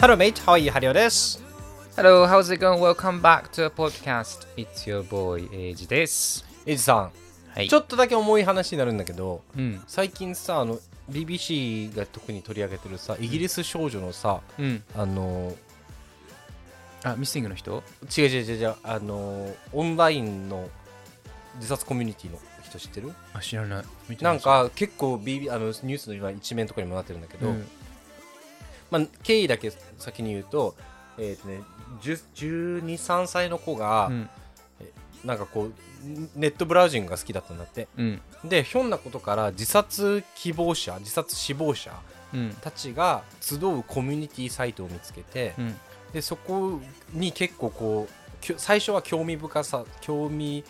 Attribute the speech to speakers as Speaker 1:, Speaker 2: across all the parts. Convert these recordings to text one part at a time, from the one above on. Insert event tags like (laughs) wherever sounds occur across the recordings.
Speaker 1: Hello, mate. How are you? ハリオです。
Speaker 2: Hello, how's it going? Welcome back to a podcast. It's your boy, Age です。
Speaker 1: エイジさん、
Speaker 2: はい
Speaker 1: ちょっとだけ重い話になるんだけど、
Speaker 2: うん。
Speaker 1: 最近さ、あの BBC が特に取り上げてるさ、イギリス少女のさ、
Speaker 2: うん。
Speaker 1: あの
Speaker 2: あ、ミスティングの人
Speaker 1: 違う違う違う違うあのオンラインの自殺コミュニティの人知ってる？
Speaker 2: あ、知らない。見て
Speaker 1: な
Speaker 2: なんい、
Speaker 1: か結構 BB あのニュースの今一面とかにもなってるんだけ
Speaker 2: う
Speaker 1: ど、
Speaker 2: ん。
Speaker 1: まあ経緯だけ先に言うと、えっ、とね、12、3歳の子が、
Speaker 2: うん。
Speaker 1: なんかこうネットブラウジングが好きだったんだって。
Speaker 2: うん。
Speaker 1: でひょんなことから自殺希望者自殺死亡者
Speaker 2: うん。
Speaker 1: たちが集うコミュニティサイトを見つけて、
Speaker 2: うん。
Speaker 1: でそこに結構こうきょ最初は興味深さ興味、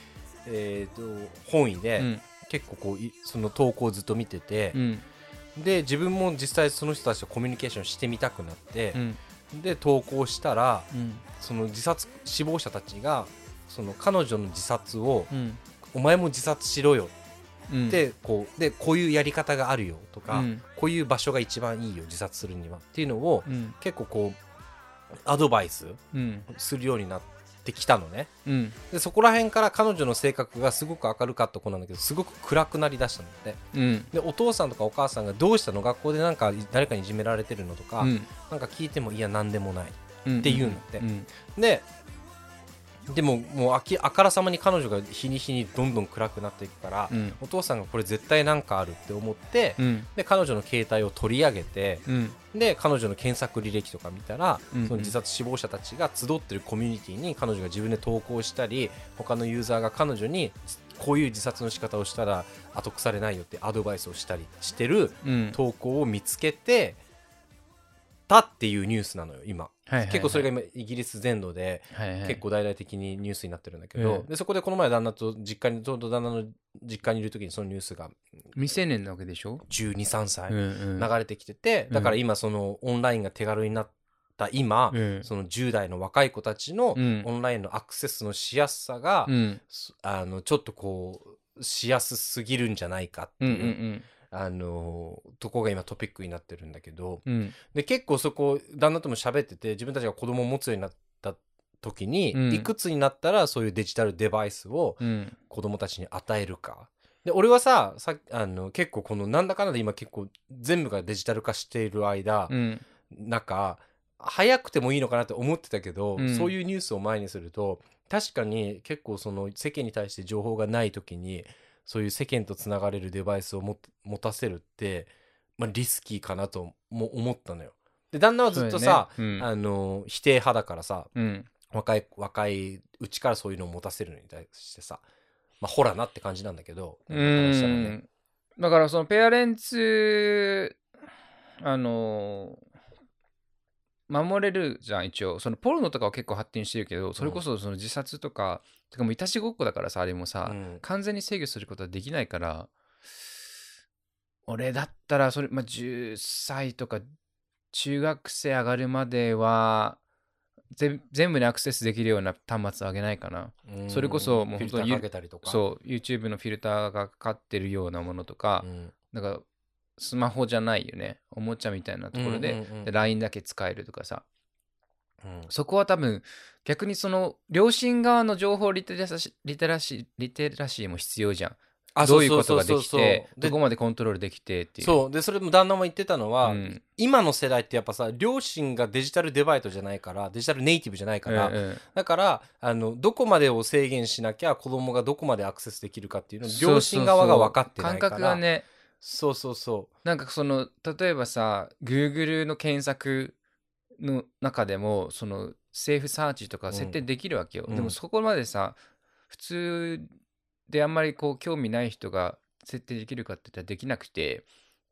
Speaker 1: えーと本位で、
Speaker 2: うん。
Speaker 1: 結構こういその投稿をずっと見てて
Speaker 2: う、ん。
Speaker 1: で自分も実際その人たちとコミュニケーションしてみたくなって
Speaker 2: う、ん。
Speaker 1: で投稿したら
Speaker 2: うん。
Speaker 1: その自殺死亡者たちがその彼女の自殺を、
Speaker 2: うん。
Speaker 1: お前も自殺しろよ
Speaker 2: うん。
Speaker 1: でこうでこういうやり方があるよと
Speaker 2: う
Speaker 1: か、
Speaker 2: ん。
Speaker 1: こういう場所が一番いいよ自殺するにはっていうのを
Speaker 2: うん。
Speaker 1: 結構こうアドバイス
Speaker 2: うん。
Speaker 1: するようになってきたのね
Speaker 2: うん。
Speaker 1: でそこら辺から彼女の性格がすごく明るかった子なんだけどすごく暗くなりだしたので
Speaker 2: うん。
Speaker 1: でお父さんとかお母さんがどうしたの学校でなんか誰かにいじめられてるのとか、なんか聞いてもいや何でもない
Speaker 2: うん。
Speaker 1: って言うんだって
Speaker 2: うん。
Speaker 1: ででももうあきあからさまに彼女が日に日にどんどん暗くなっていくから、
Speaker 2: うん。
Speaker 1: お父さんがこれ絶対なんかあるって思って、
Speaker 2: うん。
Speaker 1: で彼女の携帯を取り上げて
Speaker 2: うん。
Speaker 1: で彼女の検索履歴とか見たら、
Speaker 2: うんうん
Speaker 1: その自殺死亡者たちが集ってるコミュニティに彼女が自分で投稿したり他のユーザーが彼女にこういう自殺の仕方をしたら後腐れないよってアドバイスをしたりしてる
Speaker 2: うん。
Speaker 1: 投稿を見つけてたっていうニュースなのよ今、
Speaker 2: はいはいはい
Speaker 1: 結構それが今イギリス全土で
Speaker 2: はいはい。
Speaker 1: 結構大々的にニュースになってるんだけど、
Speaker 2: ええ
Speaker 1: でそこでこの前旦那と実家にちょうど旦那の実家にいる時にそのニュースが
Speaker 2: 未成年なわけでしょ
Speaker 1: 1 2 3歳
Speaker 2: うん。うん。
Speaker 1: 流れてきてて、
Speaker 2: うん
Speaker 1: だから今そのオンラインが手軽になった今、
Speaker 2: うん
Speaker 1: その10代の若い子たちの
Speaker 2: うん
Speaker 1: オンラインのアクセスのしやすさが、
Speaker 2: うん。
Speaker 1: そあのちょっとこうしやすすぎるんじゃないかって
Speaker 2: うん。う
Speaker 1: いう、
Speaker 2: ん。
Speaker 1: あのとこが今トピックになってるんだけど
Speaker 2: うん。
Speaker 1: で結構そこ旦那とも喋ってて自分たちが子供を持つようになった時に、
Speaker 2: うん
Speaker 1: いくつになったらそういうデジタルデバイスを
Speaker 2: うん。
Speaker 1: 子供たちに与えるか。で俺はささあの結構このなんだかんだで今結構全部がデジタル化している間、
Speaker 2: うん。
Speaker 1: 中早くてもいいのかなって思ってたけど、
Speaker 2: うん
Speaker 1: そういうニュースを前にすると確かに結構その世間に対して情報がない時にそういう世間とつながれるデバイスをも持たせるって、まあ、リスキーかなとも思ったのよ。で旦那はずっとさ、
Speaker 2: そうだよね、
Speaker 1: あの否定派だからさ
Speaker 2: うん。うん。
Speaker 1: 若い若いうちからそういうのを持たせるのに対してさ、まあ、ほらなって感じなんだけど、
Speaker 2: う
Speaker 1: 話したらね
Speaker 2: ーんだからそのペアレンツあの守れるじゃん一応そのポルノとかは結構発展してるけどそれこそその自殺とか、てかもういたちごっこだからさあれもさ、
Speaker 1: うん
Speaker 2: 完全に制御することはできないから俺だったらそれ、まあ、10歳とか中学生上がるまではぜ全部にアクセスできるような端末はあげないかな。
Speaker 1: うん
Speaker 2: それこそもう
Speaker 1: フィルタ
Speaker 2: 本当に
Speaker 1: ーかけたりとか
Speaker 2: そう YouTube のフィルターがかかってるようなものとか、
Speaker 1: ん
Speaker 2: なんかスマホじゃないよねおもちゃみたいなところで,、
Speaker 1: うんうんうん
Speaker 2: で LINE だけ使えるとかさ
Speaker 1: うん
Speaker 2: そこは多分逆にその両親側の情報リテラシリテラシリテラシーも必要じゃん
Speaker 1: あ
Speaker 2: どういうことが
Speaker 1: そ
Speaker 2: で
Speaker 1: う
Speaker 2: き
Speaker 1: そうそうそう
Speaker 2: て
Speaker 1: で
Speaker 2: どこまでコントロールできてっていう
Speaker 1: そうでそれも旦那も言ってたのは、
Speaker 2: うん
Speaker 1: 今の世代ってやっぱさ両親がデジタルデバイトじゃないからデジタルネイティブじゃないから、
Speaker 2: うんうん
Speaker 1: だからあのどこまでを制限しなきゃ子供がどこまでアクセスできるかっていうのを両親側が分かってないから
Speaker 2: そうそうそう感覚がね
Speaker 1: そうそうそ
Speaker 2: なんかその例えばさ Google の検索の中でもそのセーフサーチと
Speaker 1: う
Speaker 2: か
Speaker 1: ん
Speaker 2: 設定できるわけよ、
Speaker 1: うん
Speaker 2: でもそこまでさ普通であんまりこう興味ない人が設定できるかって言ったらできなくて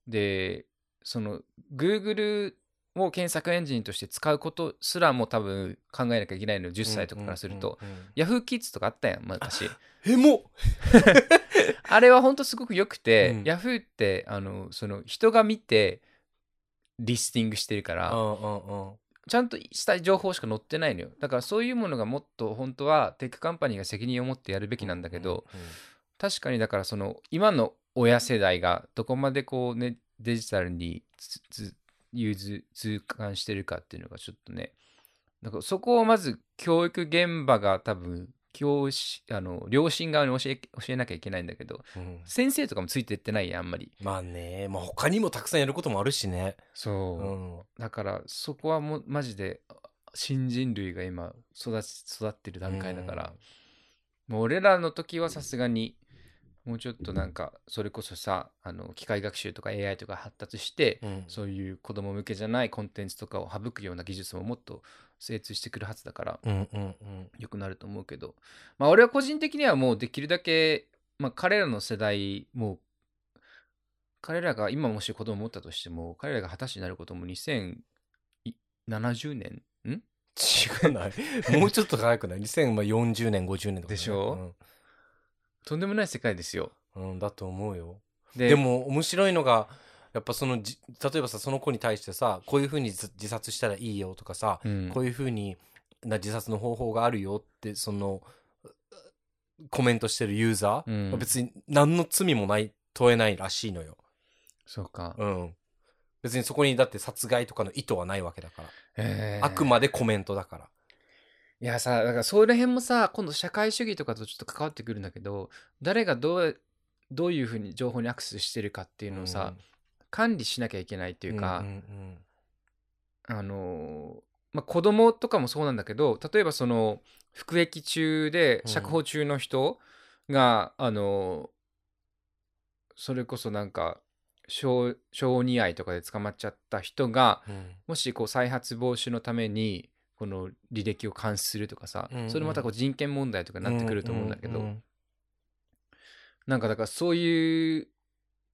Speaker 2: でその Google を検索エンジンとして使うことすらも多分考えなきゃいけないのよ
Speaker 1: う
Speaker 2: 10歳とかからすると、
Speaker 1: うんうんうん
Speaker 2: Yahoo キッズとかあったやん昔
Speaker 1: うんえも
Speaker 2: あれは本当すごく良くて、
Speaker 1: うん
Speaker 2: Yahoo ってあのその人が見てリスティングしてるから、
Speaker 1: う
Speaker 2: ちゃんとした情報しか載ってないのよだからそういうものがもっと本当はテックカンパニーが責任を持ってやるべきなんだけど、確かにだからその今の親世代がどこまでこうねデジタルにつつ融通通関してるかっていうのがちょっとねなんかそこをまず教育現場が多分教師あの両親側に教え教えなきゃいけないんだけど
Speaker 1: うん
Speaker 2: 先生とかもついてってないやんあんまり
Speaker 1: まあね、まあ他にもたくさんやることもあるしね。
Speaker 2: そうう、
Speaker 1: ん。
Speaker 2: だからそこはもうマジであ新人類が今育ち育ってる段階だから、もう俺らの時はさすがにもうちょっとなんかそれこそさあの機械学習とか AI とか発達して、
Speaker 1: うん。
Speaker 2: そういう子供向けじゃないコンテンツとかを省くような技術ももっと精通してくるはずだから
Speaker 1: うんうんうん。
Speaker 2: 良くなると思うけど、まあ、俺は個人的にはもうできるだけ、まあ、彼らの世代もう彼らが今もし子供を持ったとしても彼らが二十歳になることも2070年ん
Speaker 1: 違うない。
Speaker 2: (laughs)
Speaker 1: もうちょっと早くない ?2040 年、50年とかね、
Speaker 2: でしょとんでもない世界ですよ。
Speaker 1: うん、うん。だと思うよ。
Speaker 2: で
Speaker 1: でも面白いのが、やっぱそのじ、例えばさ、その子に対してさ、こういうふうに自自殺したらいいよとかさ、
Speaker 2: うん
Speaker 1: こういうふうにな自殺の方法があるよって、その、コメントしてるユーザー、
Speaker 2: うん
Speaker 1: 別に何の罪もない、問えないらしいのよ。
Speaker 2: そうか、
Speaker 1: うん。別にそこにだって殺害とかの意図はないわけだから。
Speaker 2: えー
Speaker 1: あくまでコメントだから。
Speaker 2: いやさだからそれ辺もさ今度社会主義とかとちょっと関わってくるんだけど誰がどうどういうふうに情報にアクセスしてるかっていうのをさ、管理しなきゃいけないって
Speaker 1: て
Speaker 2: いうか、
Speaker 1: んん
Speaker 2: あのーまあ、子供とかもそうなんだけど例えばその服役中で
Speaker 1: うん
Speaker 2: 釈放中の人が、あのーそれこそなんか小小児愛とかで捕まっちゃった人が
Speaker 1: うんうん
Speaker 2: もしこう再発防止のためにこの履歴を監視するとかさ、
Speaker 1: うんうん
Speaker 2: それまたこう人権問題とかになってくると思うんだけど、
Speaker 1: ううん
Speaker 2: なんかだからそういう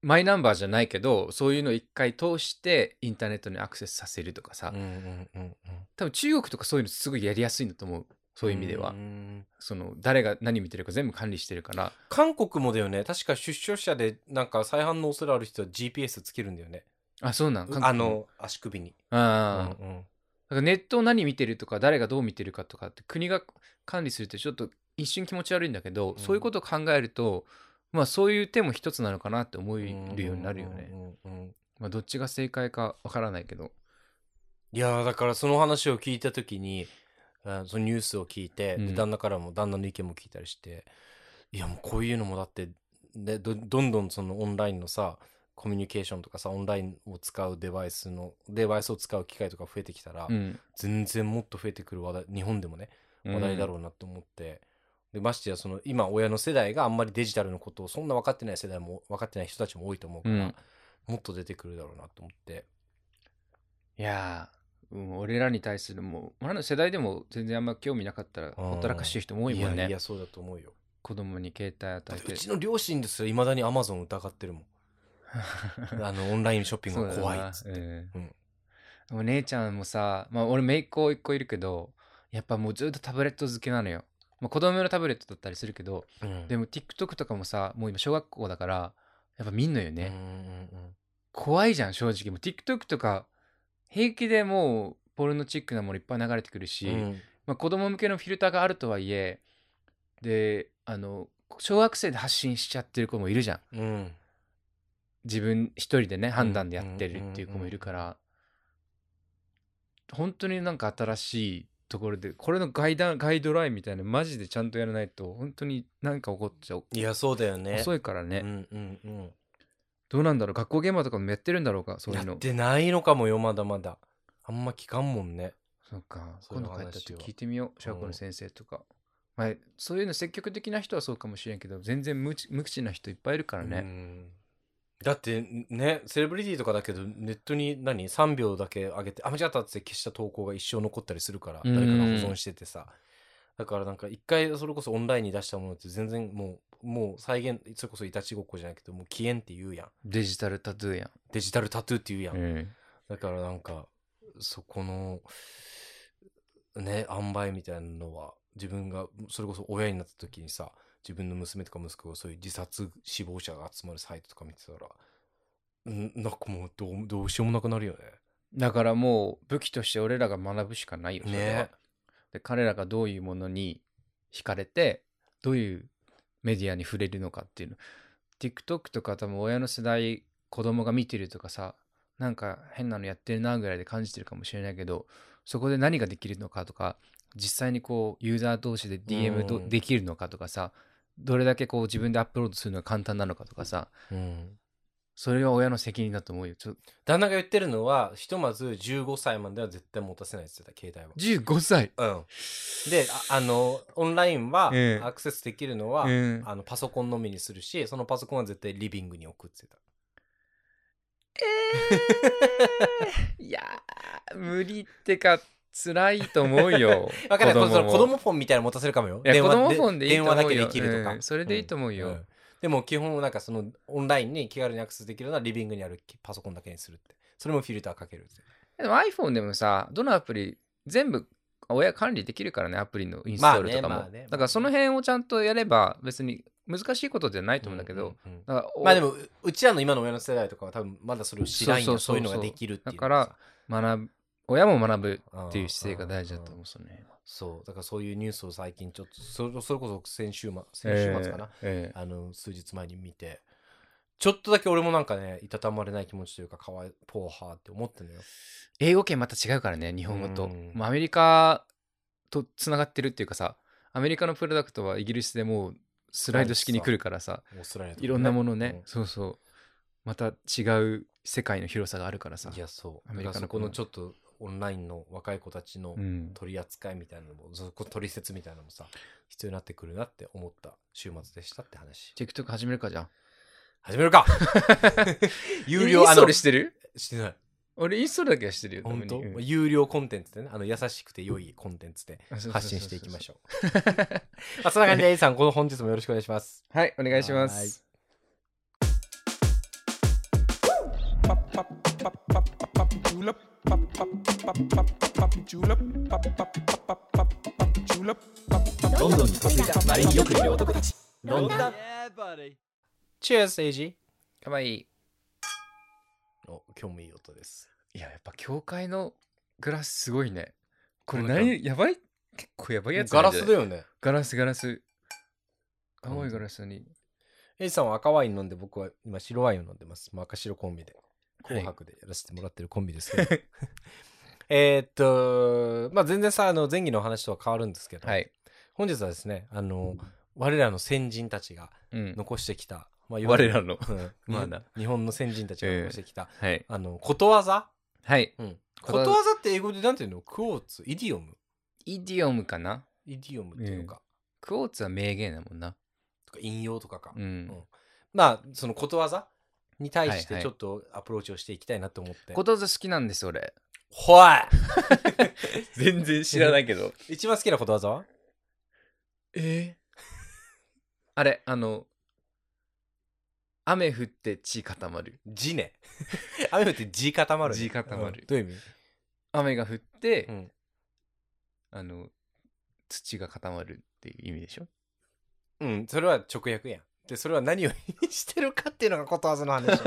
Speaker 2: マイナンバーじゃないけどそういうのを一回通してインターネットにアクセスさせるとかさ、
Speaker 1: うんうんうんうん
Speaker 2: 多分中国とかそういうのすごいやりやすいんだと思うそういう意味では、
Speaker 1: ん
Speaker 2: その誰が何見てるか全部管理してるから
Speaker 1: 韓国もだよね確か出所者でなんか再犯の恐れある人は GPS つけるんだよね
Speaker 2: あそうなん韓国
Speaker 1: あの足首に、
Speaker 2: あー、
Speaker 1: うんうん
Speaker 2: だからネットを何見てるとか誰がどう見てるかとかって国が管理するってちょっと一瞬気持ち悪いんだけど、
Speaker 1: ん
Speaker 2: そういうことを考えるとまあそういう手も一つなのかなって思えるようになるよね、
Speaker 1: うんうんうん
Speaker 2: まあ、どっちが正解かわからないけど
Speaker 1: いやーだからその話を聞いた時にあーそのニュースを聞いて、
Speaker 2: うん
Speaker 1: で旦那からも旦那の意見も聞いたりしていやもうこういうのもだって、ね、どどんどんそのオンラインのさコミュニケーションとかさオンラインを使うデバイスのデバイスを使う機会とか増えてきたら、
Speaker 2: うん
Speaker 1: 全然もっと増えてくる話題日本でもね話題だろうなと思って、でましてやその今親の世代があんまりデジタルのことをそんな分かってない世代も分かってない人たちも多いと思うから、
Speaker 2: うん
Speaker 1: もっと出てくるだろうなと思って。
Speaker 2: いやー、うん、俺らに対するもう俺らの世代でも全然あんま興味なかったら
Speaker 1: うん
Speaker 2: ほったらかしてる人も多いもん
Speaker 1: いや
Speaker 2: ね
Speaker 1: いやそうだと思うよ
Speaker 2: 子供に携帯
Speaker 1: だ
Speaker 2: 与
Speaker 1: っ
Speaker 2: え
Speaker 1: て
Speaker 2: て
Speaker 1: うちの両親ですらいまだにアマゾン疑ってるもん
Speaker 2: (laughs)
Speaker 1: あのオンラインショッピングが怖いっつっ
Speaker 2: そう
Speaker 1: て
Speaker 2: だよな
Speaker 1: う
Speaker 2: うんんでも姉ちゃんもさ、まあ、俺姪っ子一個いるけどやっぱもうずっとタブレット好きなのよ、まあ、子供用のタブレットだったりするけど
Speaker 1: うん
Speaker 2: でも TikTok とかもさもう今小学校だからやっぱ見んのよ
Speaker 1: うん
Speaker 2: ね、
Speaker 1: うんうん
Speaker 2: 怖いじゃん正直もう TikTok とか平気でもうポルノチックなものいっぱい流れてくるし、
Speaker 1: うん
Speaker 2: まあ、子供向けのフィルターがあるとはいえであの小学生で発信しちゃってる子もいるじゃん
Speaker 1: うん
Speaker 2: 自分一人でね判断でやってるっていう子もいるから本当になんか新しいところでこれのガイダガイドラインみたいなのマジでちゃんとやらないと本当になんか起こっちゃう
Speaker 1: いやそうだよね
Speaker 2: 遅いからね、
Speaker 1: うんうんうん
Speaker 2: どうなんだろう学校現場とかもやってるんだろうかそうい
Speaker 1: や
Speaker 2: うの
Speaker 1: ってないのかもよまだまだあんま聞かんもんね
Speaker 2: そうか
Speaker 1: そうい
Speaker 2: 今
Speaker 1: う話
Speaker 2: 度帰
Speaker 1: を
Speaker 2: ったって聞いてみよう小学校の先生とか、まあ、そういうの積極的な人はそうかもしれんけど全然無知無口な人いっぱいいるからね、
Speaker 1: うんだってねセレブリティとかだけどネットに何3秒だけ上げてあ間違ったっつって消した投稿が一生残ったりするから
Speaker 2: うん
Speaker 1: 誰かが保存しててさだからなんか一回それこそオンラインに出したものって全然もうもう再現それこそいたちごっこじゃないけどもう消えんって言うやん
Speaker 2: デジタルタトゥーや
Speaker 1: デジタルタトゥーって言うや
Speaker 2: ん、
Speaker 1: ん、だからなんかそこのね塩梅みたいなのは自分がそれこそ親になった時にさ自分の娘とか息子がそういう自殺死亡者が集まるサイトとか見てたらんなんかもうどうどうしようもなくなるよね。
Speaker 2: だからもう武器として俺らが学ぶしかないよそれは
Speaker 1: ね
Speaker 2: で彼らがどういうものに惹かれてどういうメディアに触れるのかっていうの TikTok とか多分親の世代子供が見てるとかさなんか変なのやってるなぐらいで感じてるかもしれないけどそこで何ができるのかとか実際にこうユーザー同士で DM ど
Speaker 1: うん
Speaker 2: できるのかとかさどれだけこう自分でアップロードするのが簡単なのかとかさ
Speaker 1: うん
Speaker 2: それは親の責任だと思うよちょ
Speaker 1: 旦那が言ってるのはひとまず15歳までは絶対持たせないって言ってた携
Speaker 2: 15歳
Speaker 1: 帯は。うん、でああのオンラインは
Speaker 2: ええ
Speaker 1: アクセスできるのは、
Speaker 2: うん
Speaker 1: あのパソコンのみにするしそのパソコンは絶対リビングに置くって言ってた。 (laughs)
Speaker 2: いやー無理ってか辛いと思う (laughs) よ
Speaker 1: わかんない子
Speaker 2: も
Speaker 1: 供子供フォンみたいなの持たせるかもよ。
Speaker 2: いや子供
Speaker 1: で
Speaker 2: フォンでいいと思うよ
Speaker 1: 電話だけできるとか、
Speaker 2: うんそれでいいと思うよ
Speaker 1: でも基本なんかそのオンラインに気軽にアクセスできるのはリビングにあるパソコンだけにするって。それもフィルターかけるって。
Speaker 2: でも iPhone でもさ、どのアプリ全部親管理できるからね、アプリのインストールとかも。
Speaker 1: まあねまあねまあね
Speaker 2: だからその辺をちゃんとやれば別に難しいことじゃないと思うんだけど。
Speaker 1: うんうんうん
Speaker 2: だからお
Speaker 1: まあでもううちらの今の親の世代とかは多分まだそれを知らんや
Speaker 2: そう
Speaker 1: そ
Speaker 2: そうそ
Speaker 1: う
Speaker 2: うそう
Speaker 1: いうのができるっていう
Speaker 2: だから学ぶ親も学ぶ
Speaker 1: ら
Speaker 2: っていう姿勢が大事だと思うその辺は。
Speaker 1: そうだからそういうニュースを最近ちょっとそれそれこそ先週末先週末かな、
Speaker 2: ええ
Speaker 1: あの数日前に見てちょっとだけ俺もなんかねいたたまれない気持ちというかかわいポーハーって思ってんのよ
Speaker 2: 英語圏また違うからね、日本語と
Speaker 1: うん。
Speaker 2: まあアメリカとつながってるっていうかさ、アメリカのプロダクトはイギリスでもうスライド式に来るからさ、
Speaker 1: オーストラリアとかね
Speaker 2: いろんなものね、
Speaker 1: うん
Speaker 2: そうそう。また違う世界の広さがあるからさ。
Speaker 1: いやそう
Speaker 2: ア
Speaker 1: だ
Speaker 2: メ
Speaker 1: か
Speaker 2: リカ
Speaker 1: ら
Speaker 2: の
Speaker 1: そこのちょっとオンラインの若い子たちの
Speaker 2: うん、
Speaker 1: 取り扱いみたいなのも、そこ取説みたいなのもさ必要になってくるなって思った週末でしたって話
Speaker 2: TikTok 始めるかじゃん。
Speaker 1: 始める
Speaker 2: (laughs)
Speaker 1: か有料
Speaker 2: イン
Speaker 1: あ
Speaker 2: ストー
Speaker 1: の
Speaker 2: ルしてる
Speaker 1: してない
Speaker 2: 俺インストールだけはしてるよ。
Speaker 1: 本当、
Speaker 2: たまにうん
Speaker 1: 有料コンテンツでねあの優しくて良いコンテンツで
Speaker 2: あそうそうそうそう
Speaker 1: 発信していきましょう (laughs) まあそんな感じで A さ
Speaker 2: (laughs)
Speaker 1: んこの本日もよろしくお願いします
Speaker 2: はい、お願いします。
Speaker 3: ロンドンに嫁いだマリンよくいる男たちロンドン
Speaker 1: チェアスエイジ
Speaker 2: かわいい。
Speaker 1: お今日もいい音です
Speaker 2: いや、やっぱ教会のグラスすごいね。これ
Speaker 1: これ
Speaker 2: 何やばい結構やばいやつ
Speaker 1: ガラスだ
Speaker 2: よ。
Speaker 1: よね
Speaker 2: ガラスガラス。青いガラスに。
Speaker 1: エイジさんは赤ワイン飲んで僕は今白ワインを飲んでます、まあ、赤白コンビで紅白でやらせてもらってるコンビですけど、
Speaker 2: (laughs)
Speaker 1: えーっとまあ全然さあの前儀の話とは変わるんですけど、
Speaker 2: はい。
Speaker 1: 本日はですねあの我らの先人たちが
Speaker 2: うん。
Speaker 1: 残してきた、まあ、いわゆ
Speaker 2: 我
Speaker 1: る
Speaker 2: らの。 (laughs)
Speaker 1: うん
Speaker 2: まあな
Speaker 1: 日本の先人たちが残してきた、
Speaker 2: はい。
Speaker 1: あのことわざ、
Speaker 2: はい。
Speaker 1: ことわざって英語でなんていうのクォーツイディオム
Speaker 2: イディオムかな
Speaker 1: イディオムっていうか,、
Speaker 2: クォーツは名言だもんな。
Speaker 1: とか引用とかか、
Speaker 2: うん
Speaker 1: うん。まあそのことわざに対し
Speaker 2: は
Speaker 1: て
Speaker 2: いはい
Speaker 1: ちょっとアプローチをしていきたいなと思って、
Speaker 2: ことわざ好きなんです、俺。
Speaker 1: ほわ
Speaker 2: 全然知らないけど。
Speaker 1: い一番好きなことわざは
Speaker 2: (laughs) えあれあの雨降って地固まる
Speaker 1: 字ね (laughs) 雨降って字固まるね
Speaker 2: 地固まる
Speaker 1: うんどういう意味、
Speaker 2: 雨が降って、
Speaker 1: うん
Speaker 2: あの土が固まるっていう意味で (laughs) しょ
Speaker 1: うん、それは直訳やんでそれは何を意味してるかっていうのがことわざの話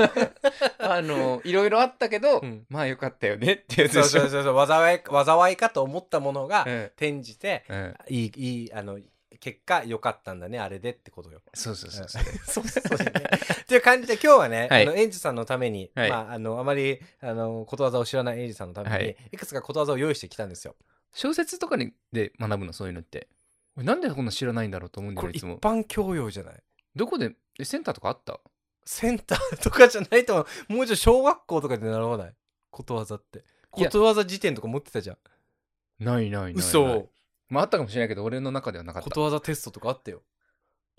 Speaker 2: あのいろいろあったけど、
Speaker 1: うん
Speaker 2: まあよかったよねってや
Speaker 1: (laughs) そ
Speaker 2: つで
Speaker 1: う
Speaker 2: し
Speaker 1: そ
Speaker 2: ょ
Speaker 1: うそうそう災い災いかと思ったものが
Speaker 2: うん
Speaker 1: 転じて、
Speaker 2: うん
Speaker 1: いい、いい、あの、結果良かったんだね、あれでってことよ。
Speaker 2: そうそうそうそ
Speaker 1: そうう (laughs) そうそう、ね。 (laughs) っていう感じで今日はね、
Speaker 2: はい
Speaker 1: あの、エンジさんのために、
Speaker 2: はい
Speaker 1: まあ、あの、あまり、あの、ことわざを知らないエンジさんのために、
Speaker 2: はい
Speaker 1: い、くつかことわざを用意してきたんですよ。
Speaker 2: 小説とかにで学ぶのそういうのって俺なんでこんな知らないんだろうと思うんだ
Speaker 1: こ
Speaker 2: よ
Speaker 1: れ
Speaker 2: い
Speaker 1: 一
Speaker 2: つも
Speaker 1: 般教養じゃない
Speaker 2: どこでえセンターとかあった
Speaker 1: センターとかじゃないと思う、もうちょい小学校とかで習わないことわざって。
Speaker 2: いや
Speaker 1: ことわざ辞典とか持ってたじゃん。
Speaker 2: ないないないない
Speaker 1: 嘘。
Speaker 2: まああったかもしれないけど俺の中ではなかっ
Speaker 1: こ
Speaker 2: た
Speaker 1: とわざテストとかあったよ。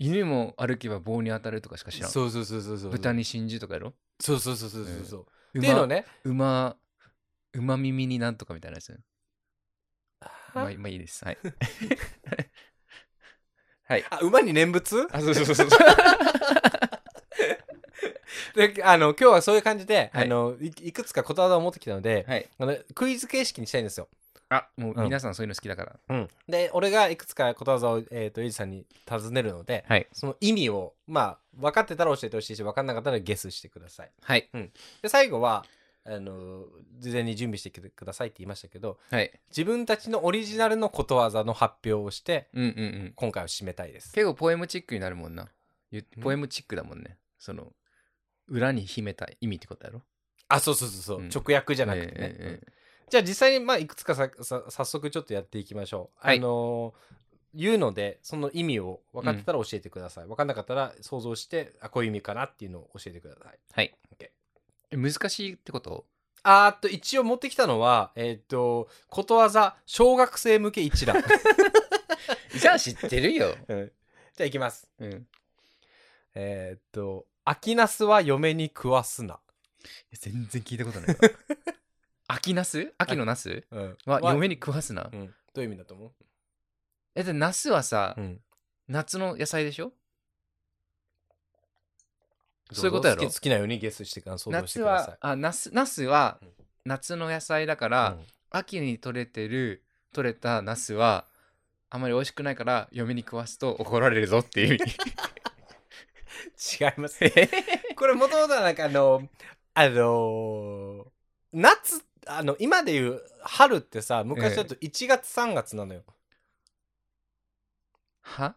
Speaker 2: 犬も歩けば棒に当たるとかしか知らん
Speaker 1: そうそうそうそうそう。
Speaker 2: 豚。に真珠とかやろ
Speaker 1: そうそうそうそうそうそう。
Speaker 2: っ
Speaker 1: っていうのね。
Speaker 2: 馬馬耳になんとかみたいなやつまあまあいいです (laughs) はいはい
Speaker 1: あ、馬に念仏
Speaker 2: あそうそうそうそう
Speaker 1: で、あの、今日はそういう感じで、
Speaker 2: は
Speaker 1: あ
Speaker 2: い
Speaker 1: の、いいくつかことわざを持ってきたので、
Speaker 2: はい
Speaker 1: あのクイズ形式にしたいんですよ。
Speaker 2: あもう
Speaker 1: うん
Speaker 2: 皆さんそういうの好きだから、
Speaker 1: で、俺がいくつかことわざを、えっ、と、エイジさんに尋ねるので、
Speaker 2: はい
Speaker 1: その意味を、まあ、分かってたら教えてほしいし、分かんなかったらゲスしてください。
Speaker 2: はい
Speaker 1: で、最後は、あの、事前に準備してきてくださいって言いましたけど、
Speaker 2: はい
Speaker 1: 自分たちのオリジナルのことわざの発表をして、
Speaker 2: うんうんうん
Speaker 1: 今回を締めたいです。
Speaker 2: 結構ポエムチックになるもんなゆ
Speaker 1: うん
Speaker 2: ポエムチックだもんねその裏に秘めた意味ってことやろ
Speaker 1: あ、そうそうそうそう、
Speaker 2: うん
Speaker 1: 直訳じゃなくてね。
Speaker 2: ええええ
Speaker 1: じゃあ実際に、まあ、いくつかささ早速ちょっとやっていきましょう。
Speaker 2: はい
Speaker 1: あのー言うので、その意味を分かってたら教えてください。分かんなかったら想像して、あ、こういう意味かなっていうのを教えてください。
Speaker 2: はい。え難しいってこと
Speaker 1: あーっと、一応持ってきたのは、えーっと、ことわざ、小学生向け一
Speaker 2: (laughs)
Speaker 1: 覧。
Speaker 2: じゃあ知ってるよ。
Speaker 1: うんじゃあいきます。
Speaker 2: うん。
Speaker 1: えーっと、秋ナスは嫁に食わすな。
Speaker 2: 全然聞いたこと (laughs) ない。秋ナス秋のナス
Speaker 1: うん。
Speaker 2: は
Speaker 1: は
Speaker 2: 嫁に食わすな
Speaker 1: う。ん。どういう意味だと思
Speaker 2: え、で、ナスはさ
Speaker 1: う、ん。
Speaker 2: 夏の野菜でしょそういうことやろ
Speaker 1: どぞ好き好きなようにゲスしてくだ想像してく
Speaker 2: 夏
Speaker 1: ださ
Speaker 2: は、あ、ナス、ナスは
Speaker 1: うん
Speaker 2: 夏の野菜だか
Speaker 1: い。
Speaker 2: ら、
Speaker 1: うん
Speaker 2: 秋に採れてる、採れたナスは、あまり美味しくないから、嫁に食わすと怒られるぞっていう意味。
Speaker 1: 違い (laughs) ますね。これもともとはなんかあの、あのー夏、あの、今で言う春ってさ、昔だと1月3月なのよ。
Speaker 2: は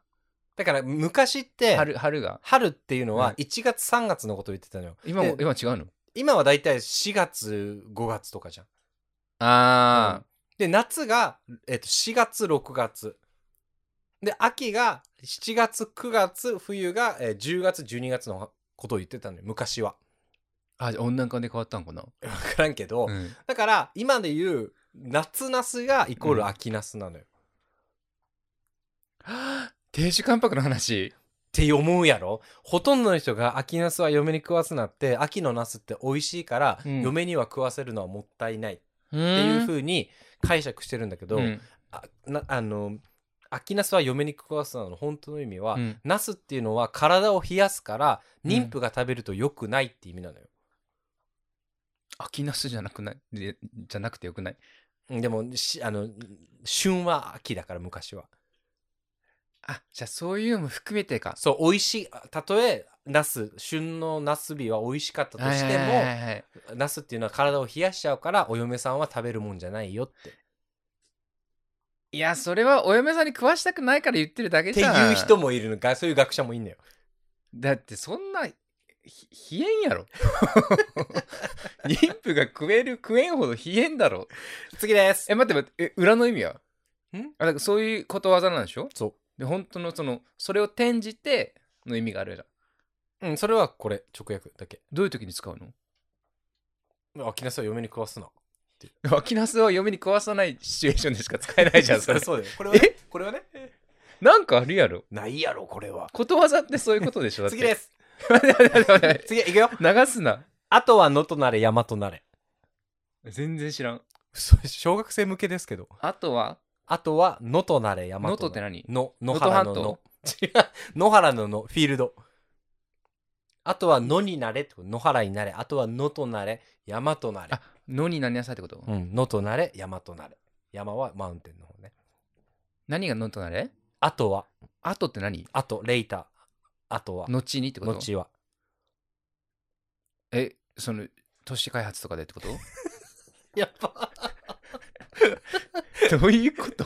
Speaker 1: だから昔って、春
Speaker 2: 春、春が。
Speaker 1: っていうの
Speaker 2: うん
Speaker 1: は1月3月のことを言ってたのよ。
Speaker 2: 今も、
Speaker 1: で
Speaker 2: 今違うの
Speaker 1: 今はだいたい4月5月とかじゃん。う
Speaker 2: あ
Speaker 1: んで、夏が、えっと4月6月。で、秋が7月9月、冬が、えー10月12月のことを言ってたのよ、昔は。 (laughs)
Speaker 2: ー、あ、じゃあ温暖化で変わったんかな。
Speaker 1: わからんけど、
Speaker 2: うん
Speaker 1: だから今で言う夏ナスがイコール秋ナスなのよ、っ
Speaker 2: 亭主関白の話
Speaker 1: て思うやろほとんどの人が秋ナスは嫁に食わすなって秋のナスって美味しいから、
Speaker 2: うん
Speaker 1: 嫁には食わせるのはもったいないっ
Speaker 2: っ
Speaker 1: て
Speaker 2: て
Speaker 1: いう
Speaker 2: い
Speaker 1: 風に解釈してるんだけど、あなあの秋ナスは嫁に食わすなの本当の意味は、ナスっていうのは体を冷やすから
Speaker 2: うん
Speaker 1: 妊婦が食べると良くないって意味なのよ、
Speaker 2: 秋ナスじゃなくないでじゃなくてよくない
Speaker 1: うんでもしあの旬は秋だから昔は
Speaker 2: あじゃあそういうのも含めてか
Speaker 1: そう美味しいたとえナス旬のナス日は美味しかったとして
Speaker 2: はいはいは
Speaker 1: も
Speaker 2: いはい
Speaker 1: ナスっていうのは体を冷やしちゃうからお嫁さんは食べるもんじゃないよって
Speaker 2: いやそれはお嫁さんに食わしたくないから言ってるだけ
Speaker 1: って
Speaker 2: じゃん
Speaker 1: いう人もいるのがそういう学者もいんのよ
Speaker 2: だってそんなひ冷えんや (laughs) ろ妊婦が食える食えんほど冷えんだろ
Speaker 1: 次です
Speaker 2: え待って待ってえ裏の意味は
Speaker 1: ん
Speaker 2: あだからそういうことわざなんでしょ
Speaker 1: そ
Speaker 2: で本当のそのそれを転じての意味があるじゃん
Speaker 1: う、うん、それはこれ直訳だけ
Speaker 2: どういう時に使うの
Speaker 1: 秋ナスは嫁に食わすな
Speaker 2: 脇ナスを嫁に食わさないシチュエーションでしか使えないじゃんそれ
Speaker 1: そうだよこれはね
Speaker 2: え
Speaker 1: これはね
Speaker 2: なんかあるやろ
Speaker 1: ないやろこれは
Speaker 2: ことわざってそういうことでしょだって
Speaker 1: 次です (laughs)
Speaker 2: 待って待って待って
Speaker 1: 次いくよ
Speaker 2: (laughs) 流すな
Speaker 1: あとは野となれ山となれ
Speaker 2: 全然知らん
Speaker 1: 嘘小学生向けですけど
Speaker 2: あとは
Speaker 1: あとは野となれ山となれ
Speaker 2: 能登って何
Speaker 1: の野
Speaker 2: 能登
Speaker 1: 原
Speaker 2: 半
Speaker 1: のの違
Speaker 2: 島
Speaker 1: う野原ののフィールドあとは野になれってこと野原になれあとは野となれ山となれ
Speaker 2: あ野になりなさいってこと、
Speaker 1: うん野となれ山となれ山はマウンテンの方ね
Speaker 2: 何が野となれ
Speaker 1: あとは
Speaker 2: あとって何
Speaker 1: あとレイターあとは
Speaker 2: 後にってこと
Speaker 1: 後は
Speaker 2: えその都市開発とかでってこと
Speaker 1: やっぱ
Speaker 2: (laughs) どういう (laughs) こと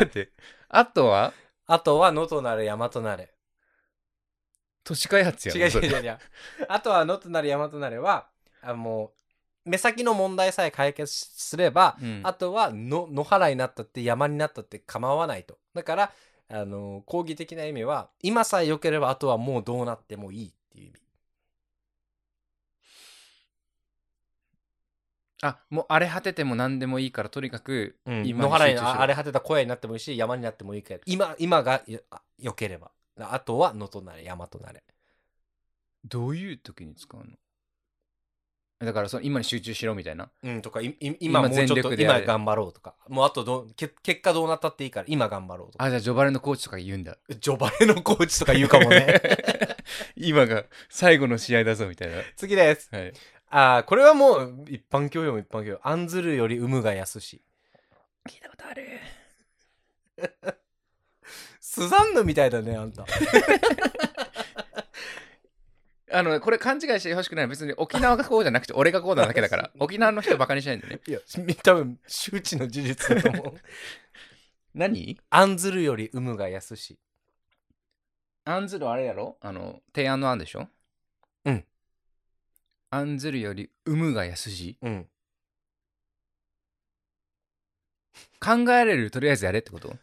Speaker 2: だってあとは
Speaker 1: あとは野となれ山となれ
Speaker 2: 都市開発や
Speaker 1: 違う
Speaker 2: ろそ
Speaker 1: 違う
Speaker 2: れ
Speaker 1: 違う違うあとは野となれ山となれはあもう目先の問題さえ解決すれば
Speaker 2: うん
Speaker 1: あとはの野原になったって山になったって構わないと。だから、あの講義的な意味は、今さえ良ければあとはもうどうなってもいいっていう意味。
Speaker 2: あもう荒れ果てても何でもいいからとにかく今
Speaker 1: 野原に
Speaker 2: 集中しろ
Speaker 1: あ荒れ果てた小屋になってもいいし、山になってもいいから、今、今がよあ良ければ。あとは野となれ、山となれ。
Speaker 2: どういう時に使うのだからその今に集中しろみたいな
Speaker 1: うん、とか、いい今も
Speaker 2: 今
Speaker 1: うちょっ
Speaker 2: 全
Speaker 1: と、
Speaker 2: 力でや
Speaker 1: 今
Speaker 2: れ
Speaker 1: 頑張ろうとか、もうあとどうけ結果どうなったっていいから、今頑張ろうとか、
Speaker 2: あじゃあジョバレのコーチとか言うんだ
Speaker 1: ジョバレのコーチとか言うかもね。
Speaker 2: (laughs) 今が最後の試合だぞみたいな、
Speaker 1: (laughs) 次です。
Speaker 2: はい、
Speaker 1: あーこれはもう一般教養も一般教養。案ずるより有無が安し。
Speaker 2: 聞いたことある
Speaker 1: スザンヌみたいだね、あんた。
Speaker 2: あのこれ勘違いしてほしくない別に沖縄がこうじゃなくて俺がこうなだけだから (laughs) 沖縄の人をバカにしないんだね
Speaker 1: いや、多分、周知の事実だと (laughs) 思う。
Speaker 2: 何
Speaker 1: 案ずるより有無が安し。
Speaker 2: 案ずるあれやろあの提案の案でしょ
Speaker 1: うん
Speaker 2: 案ずるより産むが安し
Speaker 1: うん。
Speaker 2: 考えれるとりあえずやれってこと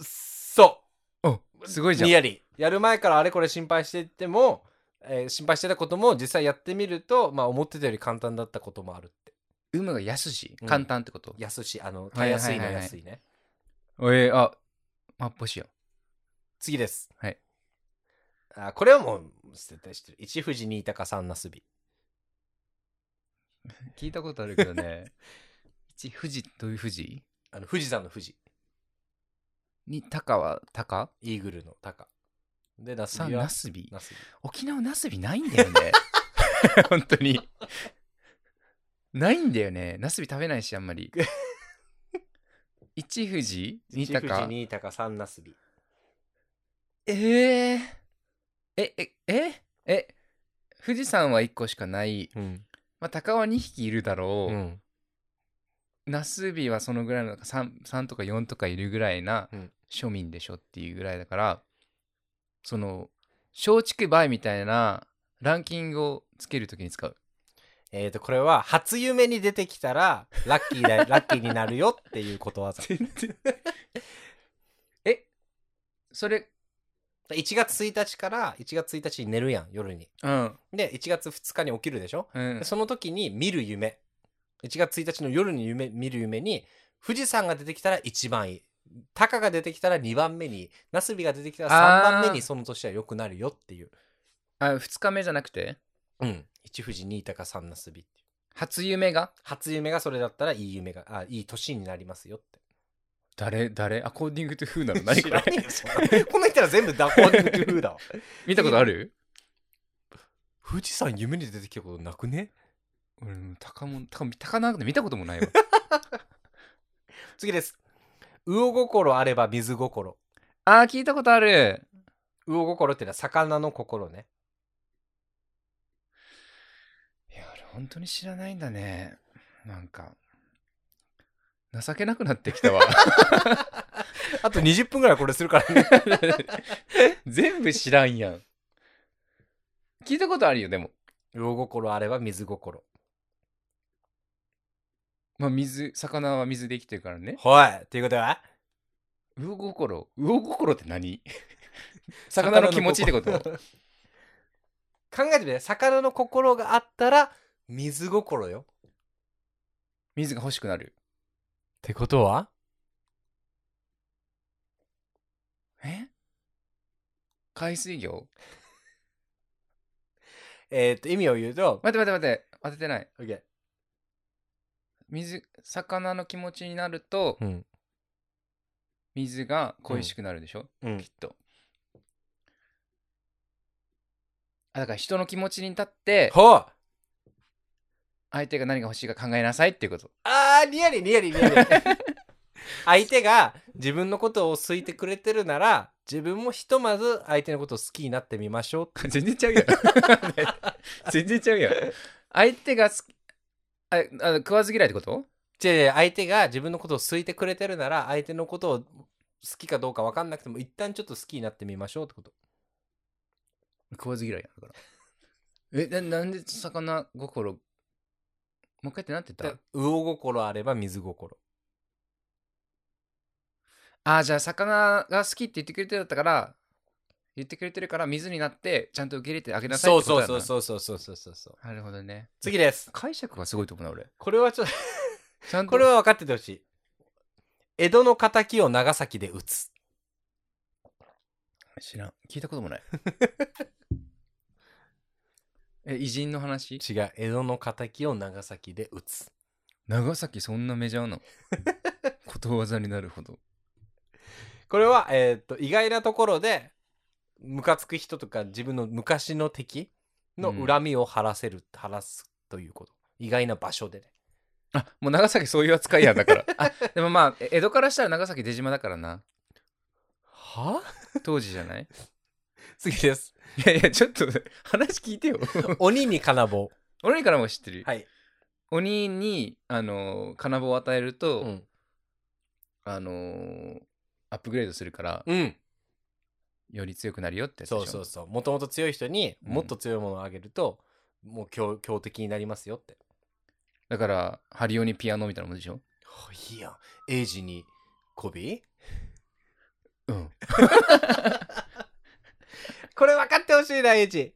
Speaker 1: そ
Speaker 2: おすご
Speaker 1: う
Speaker 2: いじゃん
Speaker 1: ニヤリ。やる前からあれこれ心配してても、えー心配してたことも実際やってみると、まあ思ってたより簡単だったこともあるって。
Speaker 2: 産むが安し
Speaker 1: うん
Speaker 2: 簡単ってこと、
Speaker 1: 安し、あの、
Speaker 2: は
Speaker 1: た
Speaker 2: いは
Speaker 1: や
Speaker 2: いはい
Speaker 1: す
Speaker 2: はい
Speaker 1: いの安いね。
Speaker 2: えー、あマッポしよ
Speaker 1: 次です。
Speaker 2: はい。
Speaker 1: あ、これはもう絶対知ってる。一富士二鷹三なすび。
Speaker 2: う聞いたことあるけどね (laughs) 一富士という富士
Speaker 1: あの、富士山の富士。
Speaker 2: に鷹は鷹
Speaker 1: イーグルの鷹。で、なす
Speaker 2: さ
Speaker 1: びは
Speaker 2: な。すび
Speaker 1: なすび。
Speaker 2: 沖縄なすびないんだ
Speaker 1: (laughs)
Speaker 2: よね本当にないんだよねなすび食べないしあんま
Speaker 1: (laughs)
Speaker 2: り一富士二
Speaker 1: 一富士
Speaker 2: 鷹
Speaker 1: 二鷹三なすび。
Speaker 2: えー、ええええ富士山は1個しかない、
Speaker 1: うん。
Speaker 2: まあ、鷹は2匹いるだろ
Speaker 1: う
Speaker 2: う、
Speaker 1: ん。
Speaker 2: ナスビはそのぐらいの 3, 3とか4とかいるぐらいな
Speaker 1: うん
Speaker 2: 庶民でしょっていうぐらいだからその松竹梅みたいなランキングをつけるときに使う
Speaker 1: えっ、と、これは、初夢に出てきたら、ラッキーだ
Speaker 2: (laughs)
Speaker 1: よ、ラッキーになるよっていうことわざ。
Speaker 2: 全然 (laughs) えそれ
Speaker 1: 1月1日から、1月1日に寝るやん、夜に。
Speaker 2: うん
Speaker 1: で、1月2日に起きるでしょ、
Speaker 2: うん
Speaker 1: でその時に見る夢。1月1日の夜に夢、見る夢に、富士山が出てきたら一番いい。鷹が出てきたら2番目に、ナスビが出てきたら3番目
Speaker 2: あー
Speaker 1: にその年は良くなるよっていう。
Speaker 2: あ2日目じゃなくて
Speaker 1: うん。一富士二鷹三ナスビっていう。
Speaker 2: 初夢が
Speaker 1: 初夢がそれだったらいい夢が、あ、いい年になりますよって。
Speaker 2: 誰誰アコーディングトゥフー (laughs) なの何こ
Speaker 1: 知ら
Speaker 2: れ
Speaker 1: ねえよそん (laughs) なこの人ら全部ダコーディングトゥフーだわ
Speaker 2: 見たことある
Speaker 1: (laughs) 富士山夢に出てきたことなくね
Speaker 2: 俺も高も高高なんて見たこともな
Speaker 1: (laughs)
Speaker 2: いわ
Speaker 1: 次です魚心あれば水心
Speaker 2: あー聞いたことある
Speaker 1: 魚心ってのは魚の心ね
Speaker 2: いや、俺本当に知らないんだね。なんか、情けなくなってきたわ。
Speaker 1: (laughs) あと20分ぐらいこれするから (laughs) ね
Speaker 2: 全部知らんやん。聞いたことあるよ、でも。
Speaker 1: 魚心あれば水心
Speaker 2: まあ、水、魚は水で生きてるからね。
Speaker 1: はいということは
Speaker 2: 魚心、魚心って何魚の気持ちってこと
Speaker 1: 魚の心 (laughs) 考えてみて魚の心があったら水心よっ
Speaker 2: 水が欲しくなる。
Speaker 1: てことは
Speaker 2: え海水魚
Speaker 1: えーっと意味を言うと、
Speaker 2: 待って待って待って、当ててない。
Speaker 1: オッケ
Speaker 2: 水、魚の気持ちになると
Speaker 1: ー、うん
Speaker 2: 水が恋しくなるでしょ、
Speaker 1: うん
Speaker 2: きっと。あだから人の気持ちに立って
Speaker 1: ほう
Speaker 2: 相手が何が欲しいか考えなさいっていうこと。
Speaker 1: あー、リアリリアリリアリ。 (laughs) 相手が自分のことを好いてくれてるなら、自分もひとまず相手のことを好きになってみましょう。
Speaker 2: (laughs) 全然ちゃ (laughs) うやん。全然ちゃうやん。相手が好きああの食わず嫌いってこと
Speaker 1: じゃあ、相手が自分のことを好いてくれてるなら、相手のことを好きかどうか分かんなくても、一旦ちょっと好きになってみましょうってこと。
Speaker 2: 食わず嫌いやんだから。えな、なんで魚心もう一回ってなんて言っ
Speaker 1: で魚心あれば水心。
Speaker 2: たああ、じゃあ魚が好きって言ってくれてたから、言ってくれてるから水になってちゃんと受け入れてあげなさい
Speaker 1: そ
Speaker 2: っ
Speaker 1: う
Speaker 2: てこと
Speaker 1: そ
Speaker 2: だ
Speaker 1: う
Speaker 2: な。
Speaker 1: そうそうそうそうそうそう。
Speaker 2: なるほどね。
Speaker 1: 次です。
Speaker 2: 解釈がすごいと思うな、俺。
Speaker 1: これはちょっと、
Speaker 2: ちゃんと
Speaker 1: これは分かっててほしい。江戸の敵を長崎で打つ。
Speaker 2: 知らん。聞いたこともない。 (laughs) え、偉人の話
Speaker 1: 違う。江戸の敵を長崎で打つ。
Speaker 2: 長崎そんなメジャーなの (laughs) ことわざになるほど。
Speaker 1: これは、えーっと意外なところでムカつく人とか自分の昔の敵の
Speaker 2: うん
Speaker 1: 恨みを晴らせる、晴らすということ意外な場所でね
Speaker 2: あ、もう長崎そういう扱いやんだ (laughs) から。あ、でもまあ、え江戸からしたら長崎出島だからな。
Speaker 1: はあ
Speaker 2: 当時じゃない
Speaker 1: 次です
Speaker 2: (laughs) いやいや、ちょっと話聞いてよ。
Speaker 1: (laughs) 鬼に金棒
Speaker 2: (laughs) 俺にからも知ってる。
Speaker 1: はい、
Speaker 2: 鬼に、あのー金棒を与えると、
Speaker 1: うん
Speaker 2: あのーアップグレードするから、
Speaker 1: うん、
Speaker 2: より強くなるよってやつでし
Speaker 1: そ
Speaker 2: ょ
Speaker 1: うそうそうもともと強い人にもっと強いものをあげると、もう強強敵になりますよって。
Speaker 2: だから、ハリオにピアノみたいなもんでしょ
Speaker 1: はあいいやん。エイジにコビ
Speaker 2: うん。
Speaker 1: これ分かってほしいな、エイジ。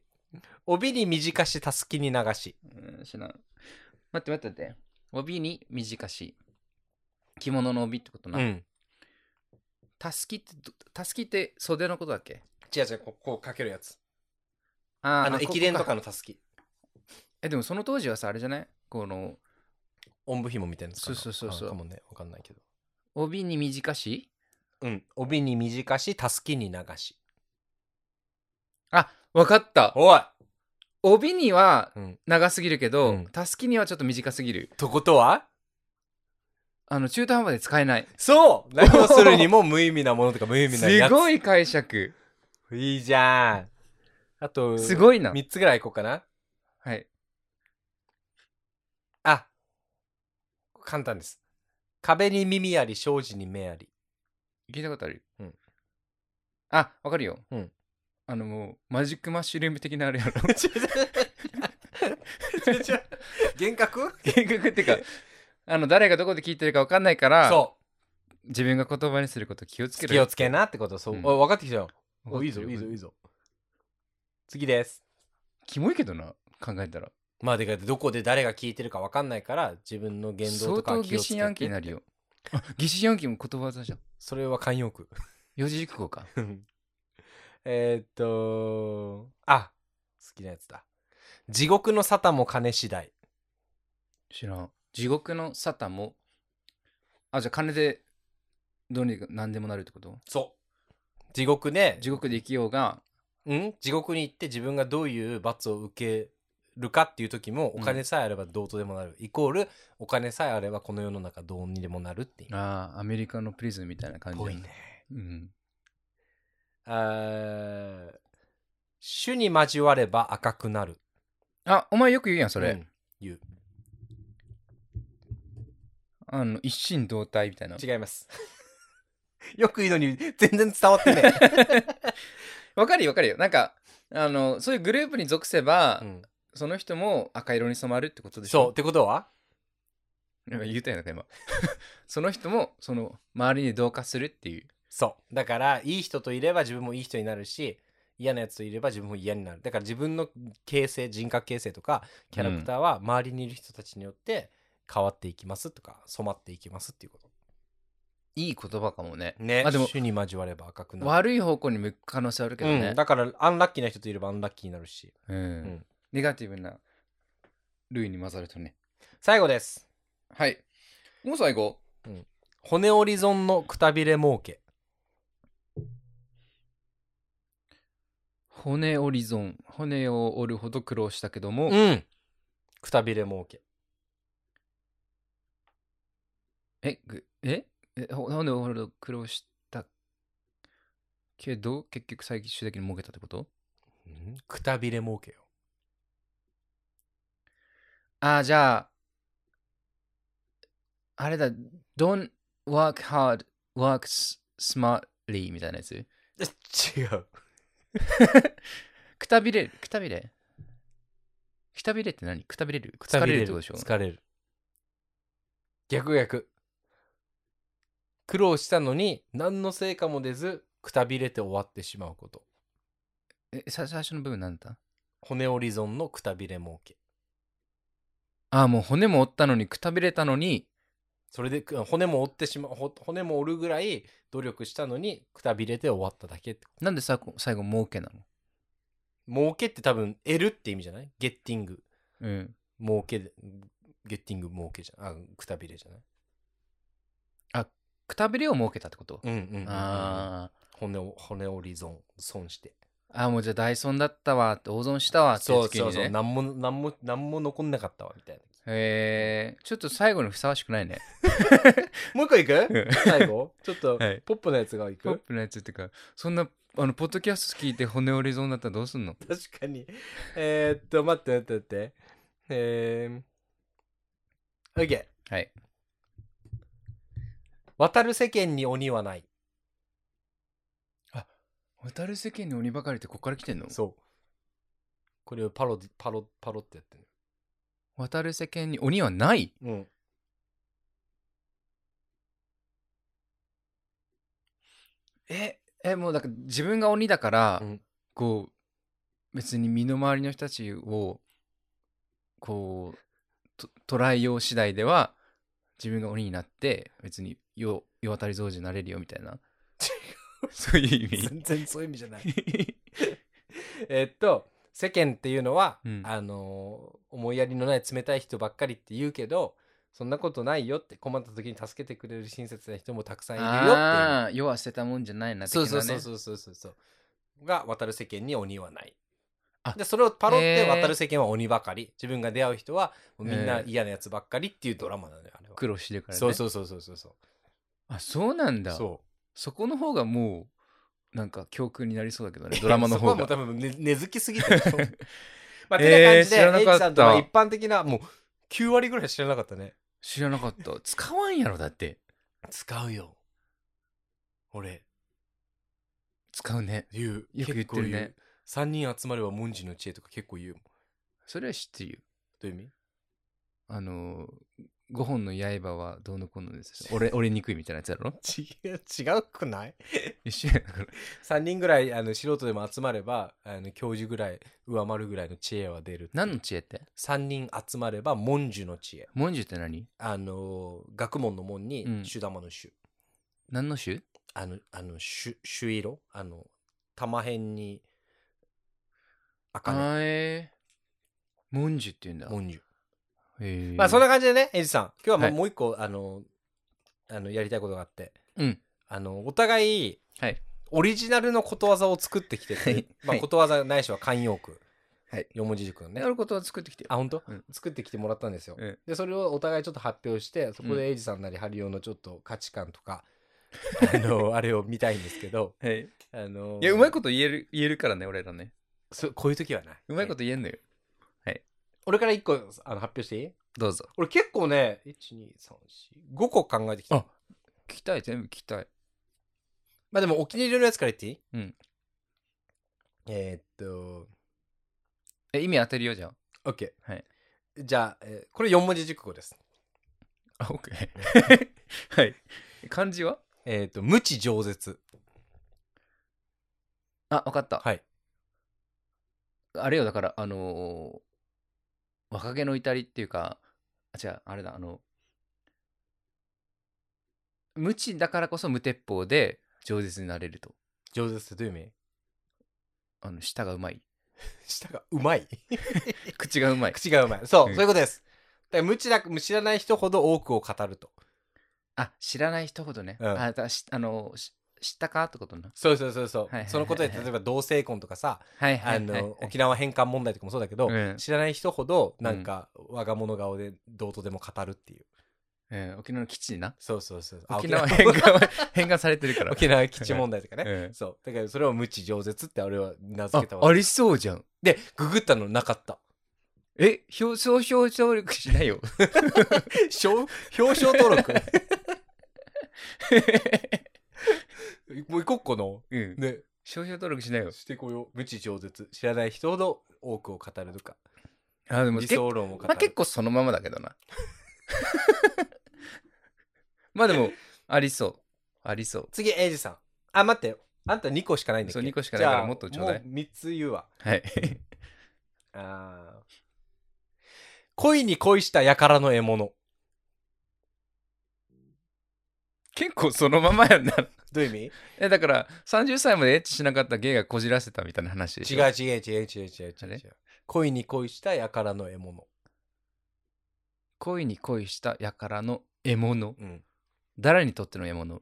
Speaker 1: 帯に短したすきに流し。
Speaker 2: うん、知らん。待って待って待って。帯に短し。着物の帯ってことな。
Speaker 1: うん。
Speaker 2: たすきってど、たすきって袖のことだっけ
Speaker 1: 違う違う、こうこうかけるやつ。
Speaker 2: あー
Speaker 1: あの、駅伝とか。
Speaker 2: ここ
Speaker 1: のたすき。
Speaker 2: え、でもその当時はさ、あれじゃないこの、
Speaker 1: おんぶ紐みたいなやつかな。
Speaker 2: そうそうそうそう
Speaker 1: あかもね、分かんないけど。
Speaker 2: 帯に短し
Speaker 1: うん。帯に短したすきに流し。
Speaker 2: あ、わかった。
Speaker 1: おい
Speaker 2: 帯には
Speaker 1: うん
Speaker 2: 長すぎるけ
Speaker 1: う
Speaker 2: ど、
Speaker 1: ん
Speaker 2: たすきにはちょっと短すぎる。
Speaker 1: とことは
Speaker 2: あの、中途半端で使えない。
Speaker 1: そう何をするにも無意味なものとか無意味なや
Speaker 2: す
Speaker 1: つ。
Speaker 2: ごい解釈。
Speaker 1: いいじゃん。あと、
Speaker 2: すごいな。
Speaker 1: 3つぐらいいこうかな。
Speaker 2: はい。
Speaker 1: あ、簡単です。壁に耳あり、障子に目あ
Speaker 2: (laughs)
Speaker 1: り。
Speaker 2: 聞いたことある。
Speaker 1: うん
Speaker 2: あ、わかるよ。
Speaker 1: うん
Speaker 2: あの、もう、マジックマッシュルーム的なあれやろ。
Speaker 1: 幻覚
Speaker 2: 幻覚 (laughs) ってか、あの、誰がどこで聞いてるかわかんないから、
Speaker 1: そ
Speaker 2: 自分が言葉にすること気をつ
Speaker 1: う。
Speaker 2: けろ
Speaker 1: 気を
Speaker 2: よ。
Speaker 1: つけなってこと。そう。
Speaker 2: うん
Speaker 1: お分かってきたよ。おいいぞ、
Speaker 2: わかってる
Speaker 1: いいぞ、い
Speaker 2: よ
Speaker 1: いぞ。次です。
Speaker 2: キモいけどな、考えたら。
Speaker 1: まあ、でかい、どこで誰が聞いてるか分かんないから、自分の言動
Speaker 2: 相
Speaker 1: とか
Speaker 2: 当
Speaker 1: は気
Speaker 2: 疑
Speaker 1: をつけ
Speaker 2: 心
Speaker 1: て
Speaker 2: 暗鬼になるよ。 (laughs) あ、疑心暗鬼も言葉技じゃん。
Speaker 1: それは慣用句。 (laughs)
Speaker 2: 四字熟語か。
Speaker 1: えーっと、あ、好きなやつだ。地獄の沙汰も金次第。
Speaker 2: 知らん。地獄の沙汰も、あ、じゃあ金で、どうにか何でもなるってこと
Speaker 1: そう。地獄で、
Speaker 2: 地獄で生きようが、
Speaker 1: うん、地獄に行って自分がどういう罰を受けるかっていう時も
Speaker 2: う
Speaker 1: お
Speaker 2: ん
Speaker 1: 金さえあればどうとでもなる、イコールお金さえあればこの世の中どうにでもなるっていう。
Speaker 2: ああ、アメリカのプリズンみたいな感じだ
Speaker 1: ぽいね。。
Speaker 2: うん。
Speaker 1: あー主に交われば赤くなる。
Speaker 2: あ、お前よく言うやん、それ。
Speaker 1: うん言う。
Speaker 2: あの、一心同体みたいな。
Speaker 1: 違います。 (laughs) よく言うのに全然伝わってねえ。
Speaker 2: わかるよ、わかるよ。なんか、あの、そういうグループに属せば、
Speaker 1: (laughs) うん
Speaker 2: その人も赤色に染まるってことでし
Speaker 1: そう。っ
Speaker 2: ょ
Speaker 1: てことは
Speaker 2: そう。なんか言うたよなんか今。 (laughs) その人も、その、周りに同化するっていう。
Speaker 1: そう。だから、いい人といれば自分もいい人になるし、嫌なやつといれば自分も嫌になる。だから自分の形成、人格形成とか、キャラクターは周りにいる人たちによって変わっていきますとか、染まっていきますっていうこと。
Speaker 2: いい言葉かもね。
Speaker 1: ね。
Speaker 2: まあでも、
Speaker 1: 種に交われば赤くなる。
Speaker 2: 悪い方向に向く可能性あるけど
Speaker 1: う
Speaker 2: ね
Speaker 1: ん、。だから、アンラッキーな人といればアンラッキーになるし。
Speaker 2: うん。
Speaker 1: ん
Speaker 2: ネガティブな類に混ざるとね。
Speaker 1: 最後です。
Speaker 2: はい。もう最後。
Speaker 1: 骨折り損のくたびれ儲け。
Speaker 2: 骨折り損。骨を折るほど苦労したけども、
Speaker 1: うん。くたびれ儲け。
Speaker 2: え、ぐええ、ほなんでほど苦労したけど、結局最終的に儲けたってこと
Speaker 1: うんくたびれ儲けよ。
Speaker 2: ああ、じゃあ、あれだ、don't work hard, work s- smartly みたいなやつ。
Speaker 1: え (laughs) 違う。
Speaker 2: くたびれる、くたびれ。くたびれって何くたびれる
Speaker 1: 疲れ
Speaker 2: 疲れる
Speaker 1: る
Speaker 2: ってことでしょ
Speaker 1: 疲れる逆逆苦労したのに何の成果も出ずくたびれて終わってしまうこと
Speaker 2: えさ最初の部分なんだった
Speaker 1: 骨折り損のくたびれ儲け
Speaker 2: ああ、もう骨も折ったのに、くたびれたのに、
Speaker 1: それでく骨も折ってしまうほ骨も折るぐらい努力したのにくたびれて終わっただけって
Speaker 2: なんでさ最後儲けなの
Speaker 1: 儲けって多分得るって意味じゃないゲッティング
Speaker 2: うん。
Speaker 1: 儲けでゲッティング儲けじゃんあくたびれじゃない
Speaker 2: くたびれを儲けたってこと
Speaker 1: うんうんうんうん
Speaker 2: あ
Speaker 1: 骨を骨折り損損して
Speaker 2: あ、ああ、もうじゃあダイソンだったわって、大損したわって
Speaker 1: そう
Speaker 2: 時に
Speaker 1: そう
Speaker 2: ね
Speaker 1: そう何も何も何も残んなかったわみたいな
Speaker 2: へえ、ちょっと最後にふさわしくないね。
Speaker 1: (laughs) もう一個いく
Speaker 2: うん
Speaker 1: 最後ちょっと
Speaker 2: はい
Speaker 1: ポップなやつがいく、
Speaker 2: ポップなやつってか、そんな、あの、ポッドキャスト聞いて骨折りそうになったらどうすんの
Speaker 1: 確かにえー、っと待って待って待ってえー OK
Speaker 2: はい。
Speaker 1: 渡る世間に鬼はない
Speaker 2: 渡る世間に鬼ばかりってここから来てんの
Speaker 1: そこれをパロディ、パロ、パロってやってる。
Speaker 2: 渡る世間に鬼はない
Speaker 1: うん。
Speaker 2: ええもうだから自分が鬼だから、
Speaker 1: うん
Speaker 2: こう別に身の回りの人たちをこうと捉えよう次第では自分が鬼になって別に世世渡り僧侶になれるよみたいな (laughs) そういう意味
Speaker 1: (laughs) 全然そういう意味じゃない。えっと、世間っていうのは、
Speaker 2: うん
Speaker 1: あのー思いやりのない冷たい人ばっかりって言うけど、そんなことないよって困った時に助けてくれる親切な人もたくさんいるよっていう。
Speaker 2: ああ世は捨てたもんじゃないな的な、
Speaker 1: そう
Speaker 2: ね、
Speaker 1: そうそうそうそうそうそうが渡る世間に鬼はない
Speaker 2: あ
Speaker 1: でそれをパロって
Speaker 2: へー
Speaker 1: 渡る世間は鬼ばかり自分が出会う人はもうみんな
Speaker 2: へー
Speaker 1: 嫌なやつばっかりっていうドラマなのよあれは、
Speaker 2: 苦労してるからね
Speaker 1: そうそうそうそうそうそ
Speaker 2: あそうなん
Speaker 1: う
Speaker 2: だそ
Speaker 1: そ
Speaker 2: この方がもうなんか教訓になりそうだけど
Speaker 1: (laughs) う
Speaker 2: ねドラマの方
Speaker 1: そこはもう多
Speaker 2: が
Speaker 1: 分根根付きすぎてる (laughs) まあ、
Speaker 2: え
Speaker 1: てな感
Speaker 2: ー
Speaker 1: じで、
Speaker 2: 知ら
Speaker 1: エ
Speaker 2: なかった
Speaker 1: イジさんとは一般的なもう9割ぐらい知らなかったね
Speaker 2: 知らなかった使わんやろだって
Speaker 1: 使うよ俺
Speaker 2: 使うね
Speaker 1: 言う
Speaker 2: よく言ってるね
Speaker 1: 3人集まれば文字の知恵とか結構言うもん
Speaker 2: それは知ってるよ
Speaker 1: どういう意味
Speaker 2: あの5本の刃はどうのこうのです
Speaker 1: (laughs)
Speaker 2: よ俺俺にくいみたいなやつだろ
Speaker 1: 違う違うくない
Speaker 2: 一緒やだから
Speaker 1: 3人ぐらいあの素人でも集まればあの教授ぐらい上回るぐらいの知恵は出る
Speaker 2: 何の知恵って
Speaker 1: 3人集まれば文殊の知恵
Speaker 2: 文殊って何
Speaker 1: あのー学問の門に
Speaker 2: うん
Speaker 1: 手玉の手、
Speaker 2: 何の種
Speaker 1: あのあの朱朱色あの玉辺に赤ね
Speaker 2: あえー文殊って言うんだ
Speaker 1: 文殊
Speaker 2: へえ
Speaker 1: まあそんな感じでねエイジさん今日はもう,、
Speaker 2: はい
Speaker 1: もう一個あのあのやりたいことがあって
Speaker 2: うん
Speaker 1: あのお互い
Speaker 2: はい
Speaker 1: オリジナルのことわざを作ってきてて、
Speaker 2: はい
Speaker 1: まあ、
Speaker 2: はい
Speaker 1: ことわざないしは慣用句、
Speaker 2: はい
Speaker 1: 四文字熟のね
Speaker 2: やることは作ってきてよ
Speaker 1: あ本当、
Speaker 2: うん
Speaker 1: 作ってきてもらったんですよ、
Speaker 2: うん
Speaker 1: でそれをお互いちょっと発表してそこ
Speaker 2: うん
Speaker 1: でエイジさんなりハリオのちょっと価値観とか、あ
Speaker 2: (laughs)
Speaker 1: のあれを見たいんですけど
Speaker 2: はい
Speaker 1: あの
Speaker 2: いやうまいこと言える言えるからね俺らね
Speaker 1: そこういう時はないう
Speaker 2: まいことと言えんのよ
Speaker 1: 俺から一個あの発表していい
Speaker 2: どうぞ
Speaker 1: 俺結構ね12345個考えてきた
Speaker 2: あ聞きたい全部聞きたい
Speaker 1: まあでもお気に入りのやつから言っていい
Speaker 2: うん
Speaker 1: えー、っ
Speaker 2: え意味当てるよじゃん
Speaker 1: と OK、
Speaker 2: はい、
Speaker 1: じゃあ、えーこれ四文字熟語です
Speaker 2: あ OK はい漢字は
Speaker 1: えー、っと無知饒舌
Speaker 2: あわかった
Speaker 1: はい
Speaker 2: あれよ、だから、あのー若気の至りっていうか、あ、違う、あれだ、あの、無知だからこそ無鉄砲で饒舌になれると。
Speaker 1: 饒舌ってどういう意味
Speaker 2: あの、舌がうまい。
Speaker 1: (laughs) 舌がうまい
Speaker 2: 口がうま
Speaker 1: (laughs)
Speaker 2: い。
Speaker 1: 口がうまいそう、
Speaker 2: うん
Speaker 1: そういうことですだから無知だ知らない人ほど多くを語ると
Speaker 2: あ、知らない人ほどね。
Speaker 1: うん
Speaker 2: あ、だしあのーし知ったかってことな。
Speaker 1: そうそうそうそう、
Speaker 2: いはいはいはい
Speaker 1: そのことで例えば同性婚とかさ、
Speaker 2: はいはい
Speaker 1: あの、
Speaker 2: はい、
Speaker 1: 沖縄返還問題とかもそうだけど、
Speaker 2: うん
Speaker 1: 知らない人ほどなんか我が物顔でどうとでも語るっていう
Speaker 2: うん沖縄の基地な。
Speaker 1: そうそうそうあ
Speaker 2: 沖縄返還は、返還されてるか
Speaker 1: (laughs)
Speaker 2: ら。
Speaker 1: 沖縄基地問題とかね、
Speaker 2: うん
Speaker 1: そうだからそれを無知饒舌って俺は名付
Speaker 2: あ
Speaker 1: けた、
Speaker 2: あ
Speaker 1: わけ
Speaker 2: りそうじゃん。
Speaker 1: でググったのなかった
Speaker 2: え、表彰表彰力しない (laughs) よ。
Speaker 1: 表表彰登
Speaker 2: (laughs)
Speaker 1: 録もう行こっかな
Speaker 2: うん。
Speaker 1: ね
Speaker 2: 商標登録しないよ。
Speaker 1: してこよう無知饒舌知らない人ほど多くを語るとか
Speaker 2: あ、でも
Speaker 1: 理
Speaker 2: 結構
Speaker 1: 想論を語る、
Speaker 2: まあ結構そのままだけどな。 (laughs) まあでも、ありそう。ありそう。
Speaker 1: 次エイジさんあ待ってあんた2個しかないんだっけ
Speaker 2: そう二個しかないから
Speaker 1: じゃあ
Speaker 2: もっとちょうだい
Speaker 1: も3つ言うわ
Speaker 2: はい。
Speaker 1: あー恋に恋した輩の獲物
Speaker 2: (laughs) 結構そのままやんな。
Speaker 1: どういう意味
Speaker 2: (laughs) え、だから、30歳までエッチしなかった芸がこじらせたみたいな話でし
Speaker 1: 違
Speaker 2: ょ
Speaker 1: う。違う違う違う違う違
Speaker 2: あ
Speaker 1: う違
Speaker 2: れ
Speaker 1: う恋に恋した輩の獲物
Speaker 2: 恋に恋した輩の獲物。
Speaker 1: うん
Speaker 2: 誰にとっての獲物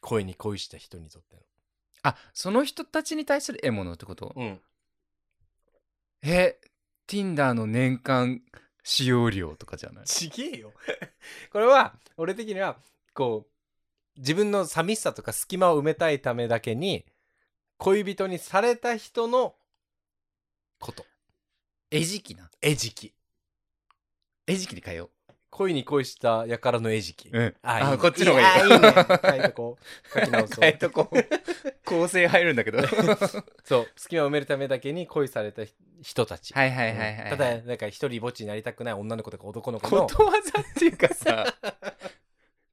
Speaker 1: 恋に恋した人にとって
Speaker 2: あ、その人たちに対する獲物ってこと、
Speaker 1: のうん
Speaker 2: え、Tinder の年間使用量とかじゃない
Speaker 1: ちげえよ (laughs) これは俺的にはこう自分の寂しさとか隙間を埋めたいためだけに恋人にされた人のこと
Speaker 2: 餌食な。
Speaker 1: 餌食
Speaker 2: 餌食に変えよう。
Speaker 1: 恋に恋した輩の餌食。
Speaker 2: うん。
Speaker 1: いいね
Speaker 2: あ、こっちの方がいい。
Speaker 1: やいい (laughs) ね。書いとこう。書き直そう
Speaker 2: 変え。と (laughs) こう。構成入るんだけど。はい
Speaker 1: そう、隙間を埋めるためだけに恋された人たち。
Speaker 2: はいはいはい。
Speaker 1: ただ、なんか一人ぼっちになりたくない女の子とか男の子
Speaker 2: こ
Speaker 1: (laughs) の。
Speaker 2: とわざっていうか (laughs) さ、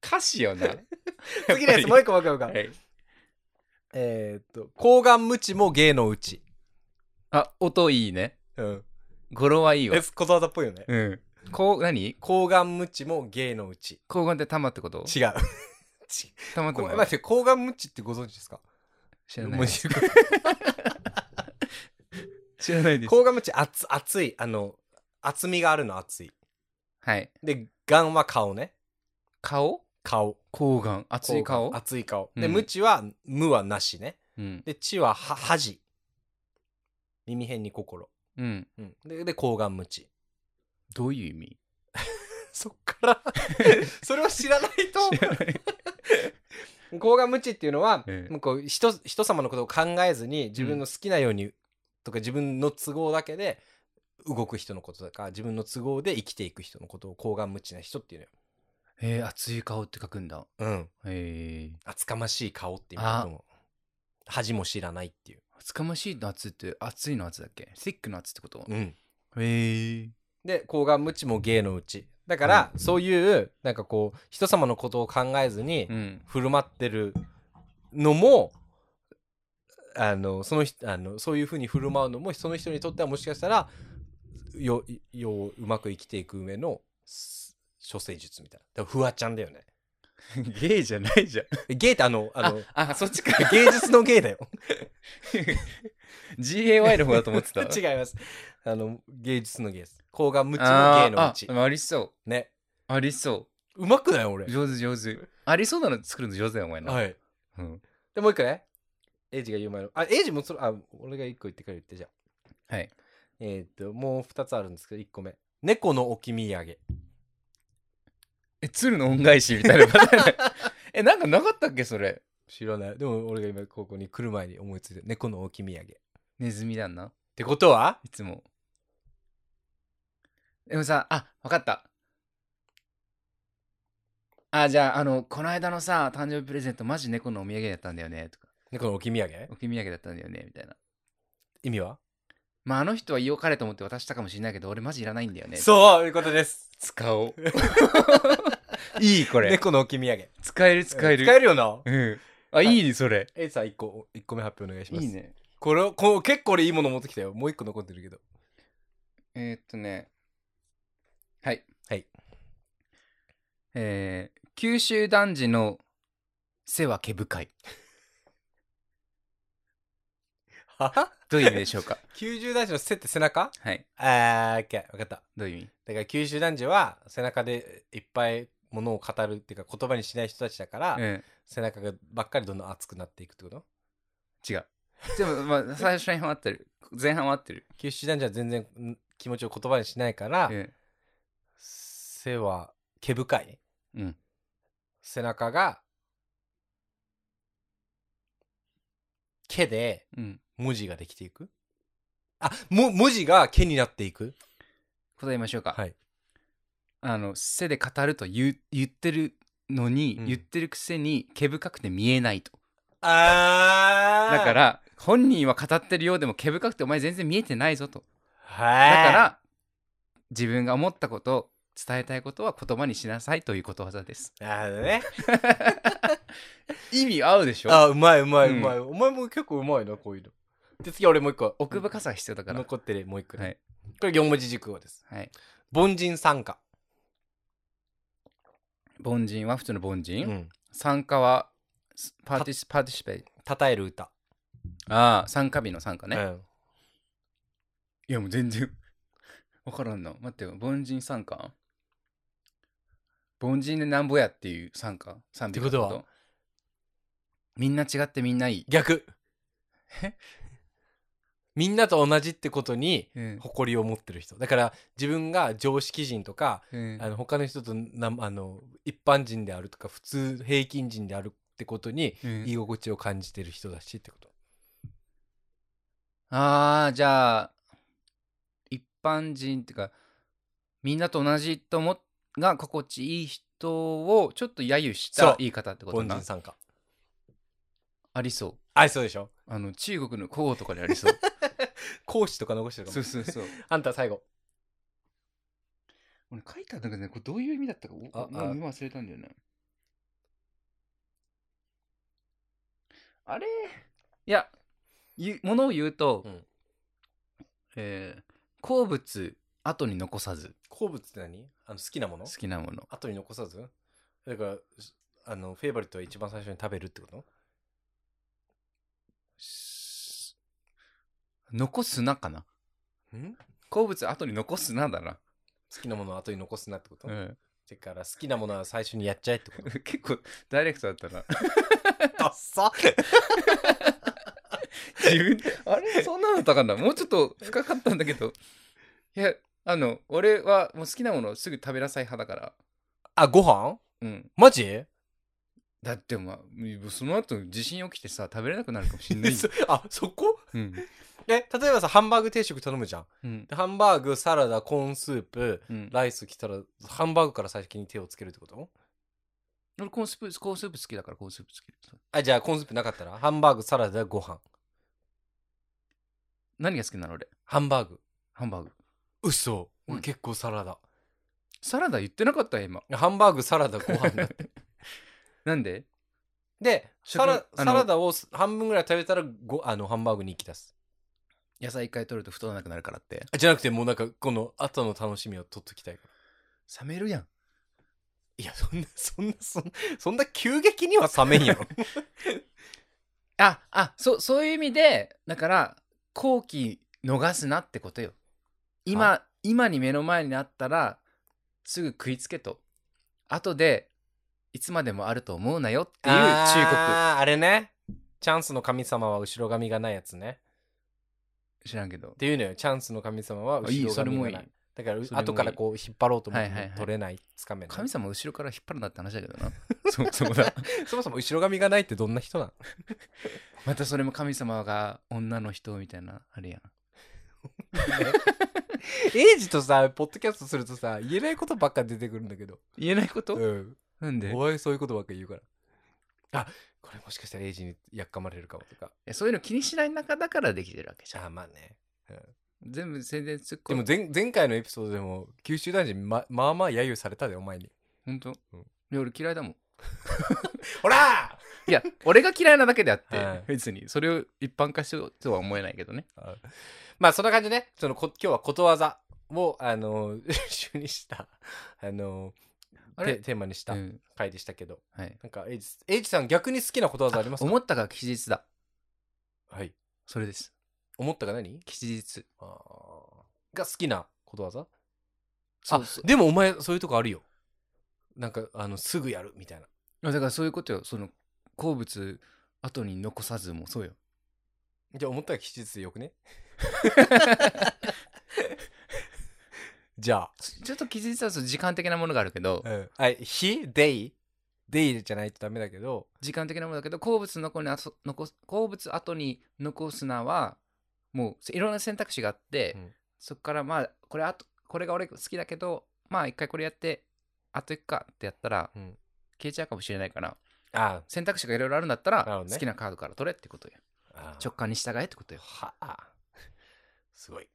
Speaker 2: 歌詞よな。
Speaker 1: 次のやつ、もう
Speaker 2: 一
Speaker 1: 一個もう一個もう一個
Speaker 2: はい。
Speaker 1: えーっと、睾丸無知も芸のうち。
Speaker 2: あ、音いいね。
Speaker 1: うん。
Speaker 2: 語呂はいいわ
Speaker 1: え。ことわざっぽいよね。
Speaker 2: うん。こう、何
Speaker 1: 睾丸無知も芸のうち。
Speaker 2: 高音って玉ってこ
Speaker 1: (laughs)
Speaker 2: と
Speaker 1: 違う。
Speaker 2: 玉って
Speaker 1: こ
Speaker 2: こ
Speaker 1: れ
Speaker 2: と
Speaker 1: 待って、睾丸無知ってご存知ですか
Speaker 2: 知らな
Speaker 1: もう
Speaker 2: い。知らないです。
Speaker 1: 睾丸無知、厚厚い。あの、厚みがあるの厚い。
Speaker 2: はい。
Speaker 1: で、眼は顔ね。
Speaker 2: 顔
Speaker 1: 顔。
Speaker 2: 睾丸。熱い顔
Speaker 1: 厚い顔。で、
Speaker 2: うん
Speaker 1: 無知は、無はなしね。
Speaker 2: うん。
Speaker 1: で、知は、は、恥。耳辺に心。
Speaker 2: うん。
Speaker 1: うん。で、で、睾丸無
Speaker 2: (laughs)
Speaker 1: 知。
Speaker 2: どういう意 (laughs) 味
Speaker 1: そっから、 (laughs) それを知らない
Speaker 2: 知らない。
Speaker 1: と、睾丸無知っていうのは、
Speaker 2: ええ
Speaker 1: もうこう人、人様のことを考えずに、自分の好きなように、とか自分の都合だけで、動く人のこととか、自分の都合で生きていく人のことを睾丸無知な人っていう
Speaker 2: (laughs) えー、熱い顔って書くんだ。
Speaker 1: のよ。うん。
Speaker 2: えー、
Speaker 1: 厚かましい顔っていうことも。恥も知らないっていう。
Speaker 2: 厚かましい夏って暑いの夏だっけセックの夏ってこと
Speaker 1: うん。
Speaker 2: へえ。
Speaker 1: で、睾丸無知も芸のうち。だから、そういう、なんかこう、人様のことを考えずに
Speaker 2: う、ん。
Speaker 1: 振る舞ってるのも、あの、その人、あの、そういうふうに振る舞うのも、その人にとってはもしかしたら、よ、よ、うまく生きていく上の、す処世術みたいな。だからフワちゃんだよね。
Speaker 2: (laughs) ゲイじゃないじゃん。
Speaker 1: 芸ってあの、あ
Speaker 2: あ
Speaker 1: の、
Speaker 2: (laughs) あ、そっちか。
Speaker 1: 芸術の
Speaker 2: (laughs)
Speaker 1: 芸だよ。
Speaker 2: GAY の方だと思って (laughs) た。
Speaker 1: (laughs) 違います。あの、芸術の芸です。睾丸無知の
Speaker 2: あ
Speaker 1: 芸
Speaker 2: ー
Speaker 1: のうち
Speaker 2: あ。。ありそ
Speaker 1: ね。
Speaker 2: う。ありそう
Speaker 1: まくない俺
Speaker 2: う。。上手上手。ありそうなの作るの上手だよ、お前な。
Speaker 1: はい。
Speaker 2: うん
Speaker 1: で、もう一個ね。エイジが言う前の。あ、エイジもそれ、あ、俺が一個言ってから言って、じゃあ。
Speaker 2: はい。
Speaker 1: えーっと、もう二つあるんですけど、一個目。猫の置き土産。
Speaker 2: え、鶴の恩返しみたいなこと (laughs) だね。え、なんかなかったっけ、それ。
Speaker 1: 知らない。でも俺が今ここに来る前に思いついて、猫の置き土産。っ
Speaker 2: ネズミだな。
Speaker 1: てことはい
Speaker 2: つも。でもさ、あ、わかった。あ、じゃあ、あの、この間のさ、誕生日プレゼント、マジ猫のお土産だったんだよね、とか、
Speaker 1: 猫の置き土産
Speaker 2: お気土産だったんだよね、みたいな。
Speaker 1: 意味は
Speaker 2: まあ、あの人は良かれと思って渡したかもしれないけど、俺マジいらないんだよね。う。
Speaker 1: そういうことです。(laughs)
Speaker 2: 使おう。いい、これ。
Speaker 1: 猫の置き土産。
Speaker 2: 使える、使える。
Speaker 1: 使えるよな。
Speaker 2: うん。あ、いいね、それ。
Speaker 1: エイジさん一個、一個目発表お願いします。
Speaker 2: いい。ね。
Speaker 1: これを、こう結構俺いいもの持ってきたよ。もう一個残ってるけど。
Speaker 2: えーっとね。はい。
Speaker 1: はい。
Speaker 2: えー、九州男児の背は毛深い。
Speaker 1: は
Speaker 2: どういう意味で
Speaker 1: (laughs)
Speaker 2: しょうか
Speaker 1: ?90 男子の背って背中
Speaker 2: はい。
Speaker 1: あー、オッケー。わかった。
Speaker 2: どういう意味
Speaker 1: だから九州男児は背中でいっぱいものを語るっていうか言葉にしない人たちだから、
Speaker 2: うん。
Speaker 1: 背中がばっかりどんどん熱くなっていくってこと
Speaker 2: 違う。でも、まあ、最初に合ってる。前半は合ってる。
Speaker 1: 九州男児は全然ん気持ちを言葉にしないから、
Speaker 2: うん。
Speaker 1: 背は毛深い
Speaker 2: うん。
Speaker 1: 背中が毛で
Speaker 2: うん。
Speaker 1: 文字ができていくあも文字が毛になっていく
Speaker 2: 答えましょうか。
Speaker 1: はい
Speaker 2: あの、背で語ると言う言ってるのに、
Speaker 1: うん
Speaker 2: 言ってるくせに毛深くて見えないと。
Speaker 1: あ
Speaker 2: だから、本人は語ってるようでも毛深くてお前全然見えてないぞと。
Speaker 1: はい
Speaker 2: だから、自分が思ったこと、伝えたいことは言葉にしなさいということわざです。
Speaker 1: なるほどね
Speaker 2: 意味合うでしょ
Speaker 1: あうまいうまいうまい、お前も結構うまいなこういうので次俺もう一個
Speaker 2: 奥深さが必要だから。
Speaker 1: 残ってるもう一個ね、
Speaker 2: はい。
Speaker 1: これ四文字熟語です
Speaker 2: はい。
Speaker 1: 凡人参加
Speaker 2: 凡人は普通の凡
Speaker 1: う
Speaker 2: 人。
Speaker 1: ん
Speaker 2: 参加は、すパーティシパーティシペイ。
Speaker 1: 称える歌
Speaker 2: ああ、参加日の参加ね。
Speaker 1: うん
Speaker 2: いや、もう全然。わからんな。待ってよ。凡人参加凡人でなんぼやっていう参加賛美歌
Speaker 1: ってことは
Speaker 2: みんな違ってみんないい。
Speaker 1: 逆
Speaker 2: え
Speaker 1: みんなと同じってことに
Speaker 2: うん。
Speaker 1: 誇りを持ってる人だから自分が常識人とか
Speaker 2: うん
Speaker 1: あの他の人となあの一般人であるとか普通平均人であるってことに
Speaker 2: うん
Speaker 1: 居心地を感じてる人だしってこと
Speaker 2: ああ、じゃあ、一般人ってか、みんなと同じと思っが心地いい人をちょっと揶揄した
Speaker 1: そう
Speaker 2: 言い方ってこと
Speaker 1: 凡
Speaker 2: な
Speaker 1: 人参加
Speaker 2: ありそう
Speaker 1: あそうでしょ
Speaker 2: あの中国の古語とかでありそう
Speaker 1: 講師とか残してる (laughs) か
Speaker 2: そ
Speaker 1: も
Speaker 2: うそうそう
Speaker 1: あんた最後
Speaker 2: 俺書いたんだけどねこれどういう意味だったかお
Speaker 1: あ
Speaker 2: も
Speaker 1: あ
Speaker 2: う今忘れたんだよねあれいやゆものを言うと、
Speaker 1: うん
Speaker 2: えー好物後に残さず
Speaker 1: 好物って何あの好きなもの
Speaker 2: 好きなもの
Speaker 1: 後に残さずだからしあのフェイバリットは一番最初に食べるってこと
Speaker 2: し残すなかなん好物後に残すなだな、
Speaker 1: 好きなものは後に残すなってこと、
Speaker 2: う
Speaker 1: だ
Speaker 2: ん、 (laughs)
Speaker 1: から好きなものは最初にやっちゃえってこと
Speaker 2: 結構ダイレクトだったな
Speaker 1: ダッサ
Speaker 2: 自分あれそんなのだったかなもうちょっと深かったんだけどいやあの俺はもう好きなものをすぐ食べなさい派だから
Speaker 1: あご飯
Speaker 2: うん
Speaker 1: マジ
Speaker 2: だってまあその後地震起きてさ食べれなくなるかもしんないよ
Speaker 1: あそこ
Speaker 2: うん
Speaker 1: え例えばさハンバーグ定食頼むじゃん
Speaker 2: うん
Speaker 1: でハンバーグサラダコーンスープ
Speaker 2: うん、
Speaker 1: ライス来たらハンバーグから最初に手をつけるってこと
Speaker 2: 俺コーンスープコーンスープ好きだからコーンスープ好き
Speaker 1: あじゃあコーンスープなかったらハンバーグサラダご飯
Speaker 2: 何が好きなの俺
Speaker 1: ハンバーグ
Speaker 2: ハンバーグ
Speaker 1: 嘘
Speaker 2: うん
Speaker 1: 俺結構サラダ、
Speaker 2: サラダ言ってなかった今
Speaker 1: ハンバーグサラダご飯だって
Speaker 2: なんで
Speaker 1: で
Speaker 2: 食
Speaker 1: サラ
Speaker 2: あ
Speaker 1: サ
Speaker 2: の
Speaker 1: ラダを半分ぐらい食べたらごあのハンバーグに行き出す
Speaker 2: 野菜一回取ると太らなくなるからって
Speaker 1: あじゃなくてもうなんかこの後の楽しみを取っときたいから
Speaker 2: 冷めるやん
Speaker 1: いやそんな (laughs) そんなそんなそんな急激には冷めんやろ
Speaker 2: ああそうそういう意味でだから後期逃すなってことよ今今に目の前にあったらすぐ食いつけと後でいつまでもあると思うなよっていう忠
Speaker 1: (laughs)
Speaker 2: 告
Speaker 1: あーあれねチャンスの神様は後ろ髪がないやつね
Speaker 2: 知らんけど
Speaker 1: っていうのよチャンスの神様は
Speaker 2: あい
Speaker 1: 後
Speaker 2: い
Speaker 1: ろ
Speaker 2: それ
Speaker 1: 髪
Speaker 2: も
Speaker 1: が
Speaker 2: いい
Speaker 1: ないだから
Speaker 2: それもいい
Speaker 1: 後からこう引っ張ろうと思って
Speaker 2: はいはい
Speaker 1: も
Speaker 2: はい
Speaker 1: 取れないつかめない
Speaker 2: 神様後ろから引っ張るなって話だけどな (laughs) そうそ
Speaker 1: (laughs)
Speaker 2: うだ
Speaker 1: そもそも後ろ髪がないってどんな人なの
Speaker 2: またそれも神様が女の人みたいなあれやん
Speaker 1: (laughs) エイジとさポッドキャストするとさ言えないことばっか出てくるんだけど
Speaker 2: 言えないこと、
Speaker 1: うん
Speaker 2: なんで
Speaker 1: お前そういうことばっか言うからあこれもしかしたらエイジにやっかまれるかもとか
Speaker 2: えそういうの気にしない中だからできてるわけじゃん
Speaker 1: あまあね
Speaker 2: 全部宣伝突っ
Speaker 1: で
Speaker 2: 込
Speaker 1: も
Speaker 2: む
Speaker 1: 前前回のエピソードでも九州男児ままあまあ揶揄されたでお前に
Speaker 2: 本当、
Speaker 1: うん
Speaker 2: いや俺嫌いだもん
Speaker 1: ほら
Speaker 2: いや、俺が嫌いなだけであって、
Speaker 1: はい
Speaker 2: 別に、それを一般化しようとは思えないけどね。
Speaker 1: まあそんな感じでね、そのこ今日はことわざを、あの (laughs) ー、主にした、あのー
Speaker 2: あれ
Speaker 1: テ、テーマにした
Speaker 2: うん
Speaker 1: 回でしたけど、
Speaker 2: はい、
Speaker 1: なんかエイジ、エイジさん逆に好きなことわざありますか
Speaker 2: 思ったが吉日だ。
Speaker 1: はい。
Speaker 2: それです。
Speaker 1: 思ったが何
Speaker 2: 吉日。
Speaker 1: あーが好きなことわざ
Speaker 2: そうそう。
Speaker 1: でもお前そういうとこあるよ。なんか、あの、すぐやるみたいな。
Speaker 2: だからそういうことよ。その、好物、後に残さずもそうよ。
Speaker 1: じゃあ思ったが吉日でよく
Speaker 2: (laughs)
Speaker 1: ねじゃあ、
Speaker 2: ちちょっと吉日はその時間的なものがあるけど、
Speaker 1: うん、あ日デイデイじゃないとダメだけど、
Speaker 2: 時間的なものだけど、好物の子にあそ残す、好物後に残すなは、もういろんな選択肢があって、
Speaker 1: うん
Speaker 2: そこからまあ、これあと、これが俺好きだけど、まあ一回これやって、あと行くかってやったら、
Speaker 1: うん
Speaker 2: 消えちゃうかもしれないから、
Speaker 1: あ
Speaker 2: 選択肢がいろいろあるんだった
Speaker 1: なる
Speaker 2: ら、
Speaker 1: ほどね
Speaker 2: 好きなカードから取れってことよ
Speaker 1: あ
Speaker 2: 直感に従えってことよ
Speaker 1: はあ。すごい。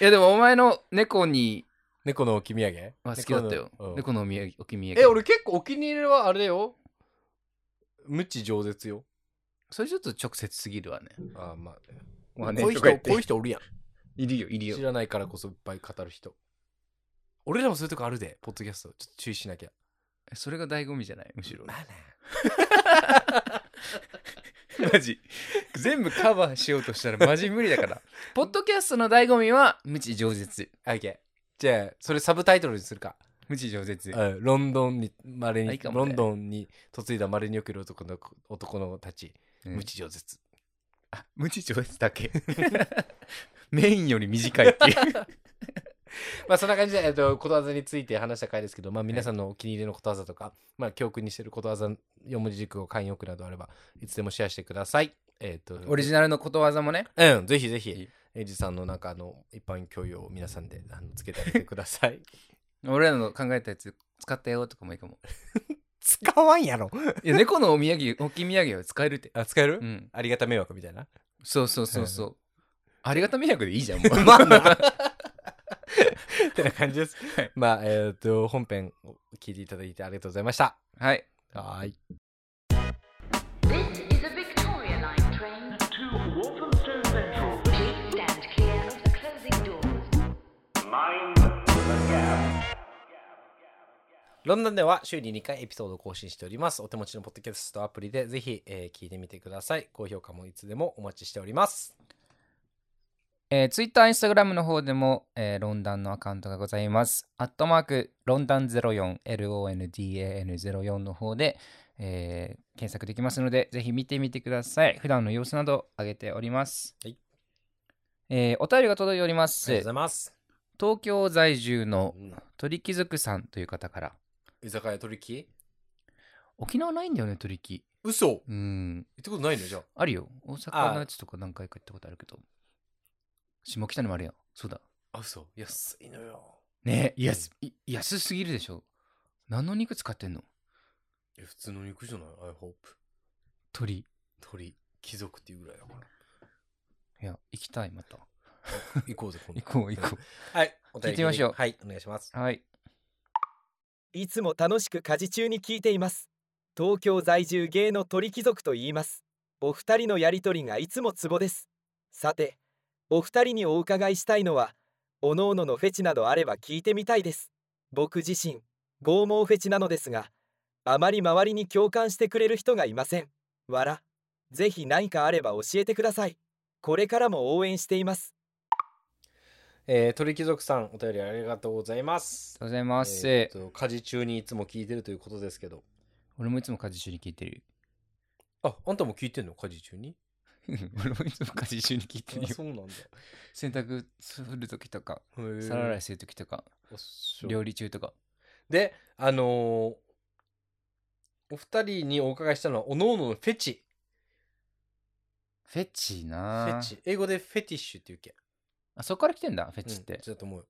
Speaker 2: いやでもお前の猫に
Speaker 1: 猫の置き土産
Speaker 2: は好きだったよ
Speaker 1: 猫のうん
Speaker 2: 猫のおみやお気に入り
Speaker 1: え、俺結構お気に入りはあれよ。無知饒舌よ。
Speaker 2: それちょっと直接すぎるわね
Speaker 1: あーまあ。
Speaker 2: まあね
Speaker 1: こういう
Speaker 2: とか
Speaker 1: 人、こ
Speaker 2: 言っ
Speaker 1: う
Speaker 2: て
Speaker 1: いう人おるやん。
Speaker 2: いるよいる
Speaker 1: 知らないからこそいっぱい語る人。俺らもそういうとこあるで、ポッドキャスト。ちょっと注意しなきゃ。
Speaker 2: それが醍醐味じゃないむしろ
Speaker 1: まあな。
Speaker 2: (laughs) マジ全部カバーしようとしたらマジ無理だからポッドキャストの醍醐味は無知饒舌
Speaker 1: オッケー。じゃあ、それサブタイトルにするか。
Speaker 2: 無知饒舌
Speaker 1: うん、ロンドンに、まれ
Speaker 2: あい
Speaker 1: に
Speaker 2: い、かも
Speaker 1: ロ
Speaker 2: ね
Speaker 1: ンドンに嫁いだまれによける男の男のたち。
Speaker 2: うん
Speaker 1: 無知饒舌。
Speaker 2: あ無知饒舌だけ (laughs) メインより短いって (laughs) いう
Speaker 1: まあそんな感じで、えっと、ことわざについて話した回ですけど、まあ皆さんのお気に入りのことわざとか、まあ教訓にしてることわざ、四文字熟語、慣用句などあれば、いつでもシェアしてください。えっと、
Speaker 2: オリジナルのことわざもね
Speaker 1: うん、ぜひぜひ。
Speaker 2: いい
Speaker 1: エイジさんのなんかあの一般教養を皆さんであのつけてあげてくださ
Speaker 2: (laughs)
Speaker 1: い
Speaker 2: 俺らの考えたやつ使ったよとかもいいかも。
Speaker 1: 使わんやろ
Speaker 2: いや、猫のお土産、置き土産は使えるって。
Speaker 1: あ使える、
Speaker 2: うん。
Speaker 1: ありがた迷惑みたいな
Speaker 2: そうそうそうそう。ありがた迷惑でいいじゃん、も (laughs) う。
Speaker 1: まあなってな感じです、
Speaker 2: はい
Speaker 1: まあえっ、と本編を聞いていただいてありがとうございました
Speaker 2: はい。
Speaker 1: はーい
Speaker 4: This is a Victoria Line train to Walthamstow Central. Please stand clear of the closing doors.
Speaker 1: ロンドンでは週に2回エピソードを更新しておりますお手持ちのポッドキャストアプリでぜひ、えー聞いてみてください高評価もいつでもお待ちしております
Speaker 2: えー、Twitter、Instagram の方でも、えー、ロンダンのアカウントがございます。アットマーク、ロンダン04、LONDAN04 の方で、えー検索できますので、ぜひ見てみてください。普段の様子など上げております。
Speaker 1: はい
Speaker 2: えーお便りが届いておりま
Speaker 1: ありがとうご
Speaker 2: す
Speaker 1: ざい。ます、
Speaker 2: 東京在住の
Speaker 1: うん
Speaker 2: 鳥貴族さんという方から、
Speaker 1: 居酒屋取り木
Speaker 2: 沖縄ないんだよね、鳥貴。
Speaker 1: 嘘行っ
Speaker 2: うん。
Speaker 1: たことないのじゃあ
Speaker 2: あるよ。大阪のやつとか何回か行ったことあるけど。下北にもあるやん。そうだ。
Speaker 1: あ嘘安いのよ
Speaker 2: ねえ、安、い安すぎるでしょ。何の肉使ってんの
Speaker 1: え普通の肉じゃない I hope
Speaker 2: 鳥。
Speaker 1: 鳥貴族っていうぐらいだから
Speaker 2: いや、行きたい、また。
Speaker 1: (laughs) 行こうぜ今度
Speaker 2: 行こう、行こ
Speaker 1: はいお便り
Speaker 2: 聞いてみましょう
Speaker 1: はいお願いします
Speaker 2: う。はい。
Speaker 5: いつも楽しく家事中に聞いています。東京在住芸の鳥貴族と言います。お二人のやりとりがいつもツボです。さて、お二人にお伺いしたいのは、おのおののフェチなどあれば聞いてみたいです。僕自身、剛毛フェチなのですが、あまり周りに共感してくれる人がいません。わら。ぜひ何かあれば教えてください。これからも応援しています。
Speaker 1: えー、鳥貴族さんお便りありがとうございます
Speaker 2: ありがとうございます。
Speaker 1: えーと家事中にいつも聞いてるということですけど
Speaker 2: 俺もいつも家事中に聞いてる。 (laughs)
Speaker 1: ああんたも聞いてんの家事中に
Speaker 2: 俺もいつも家事中に
Speaker 1: (laughs)
Speaker 2: 聞いてる
Speaker 1: あ
Speaker 2: よ
Speaker 1: そ。うなんだ
Speaker 2: 洗濯するときとか、
Speaker 1: へえ
Speaker 2: 皿洗いするときとか、
Speaker 1: あそう
Speaker 2: 料理中とか。
Speaker 1: であのーお二人にお伺いしたのはおのおののフェチ
Speaker 2: フェチ
Speaker 1: フ
Speaker 2: な
Speaker 1: ェ。チ英語でフェティッシュっていうっけ
Speaker 2: あ、そこから来てんだ、フェチっ
Speaker 1: うん
Speaker 2: て。
Speaker 1: そうだと思う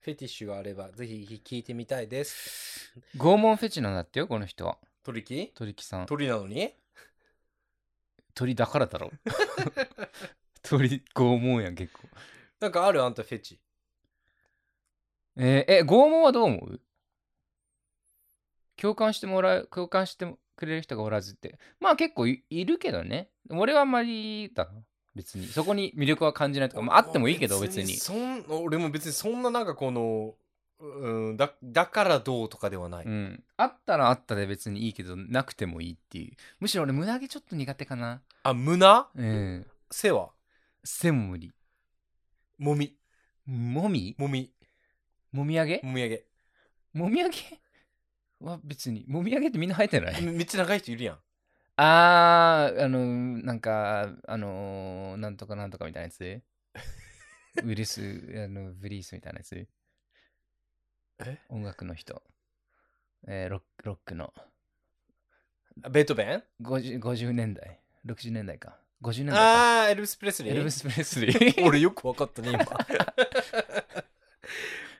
Speaker 1: フェティッシュがあればぜひ聞いてみたいです
Speaker 2: 拷問フェチなんだってよ、この人は。
Speaker 1: 鳥貴
Speaker 2: 鳥木さん。
Speaker 1: 鳥なのに
Speaker 2: 鳥だから
Speaker 1: (laughs)
Speaker 2: だろ。鳥拷問やん、結構。
Speaker 1: なんかあるあんたフェチ
Speaker 2: えーえ、拷問はどう思う共感してもらう、共感してくれる人がおらずって。まあ結構いいるけどね。俺はあんまりだな。別に。そこに魅力は感じないとか、まああってもいいけど別に。
Speaker 1: そん俺も別にそんななんかこのうんだだからどうとかではない、
Speaker 2: うん。あったらあったで別にいいけど、なくてもいいっていう。むしろ俺胸毛ちょっと苦手かな。
Speaker 1: あ胸
Speaker 2: うん。
Speaker 1: 背は
Speaker 2: 背も無理。
Speaker 1: もみ
Speaker 2: もみ
Speaker 1: もみ
Speaker 2: もみあげ
Speaker 1: もみあげ
Speaker 2: もみあげは別に。もみあげってみんな生えてない
Speaker 1: めっちゃ長い人いるやん
Speaker 2: あー、あのー、なんか、あのー、なんとかなんとかみたいなや (laughs) つウィルス、あの、ブリースみたいなやつ
Speaker 1: え
Speaker 2: 音楽の人。えー、ロック、ロックの
Speaker 1: あベートーベン
Speaker 2: 50。50年代。60年代か。50年代か。
Speaker 1: ああーエルビス・プレスリー
Speaker 2: エルヴィス・プレスリー。
Speaker 1: 俺よく分かったね今 (laughs)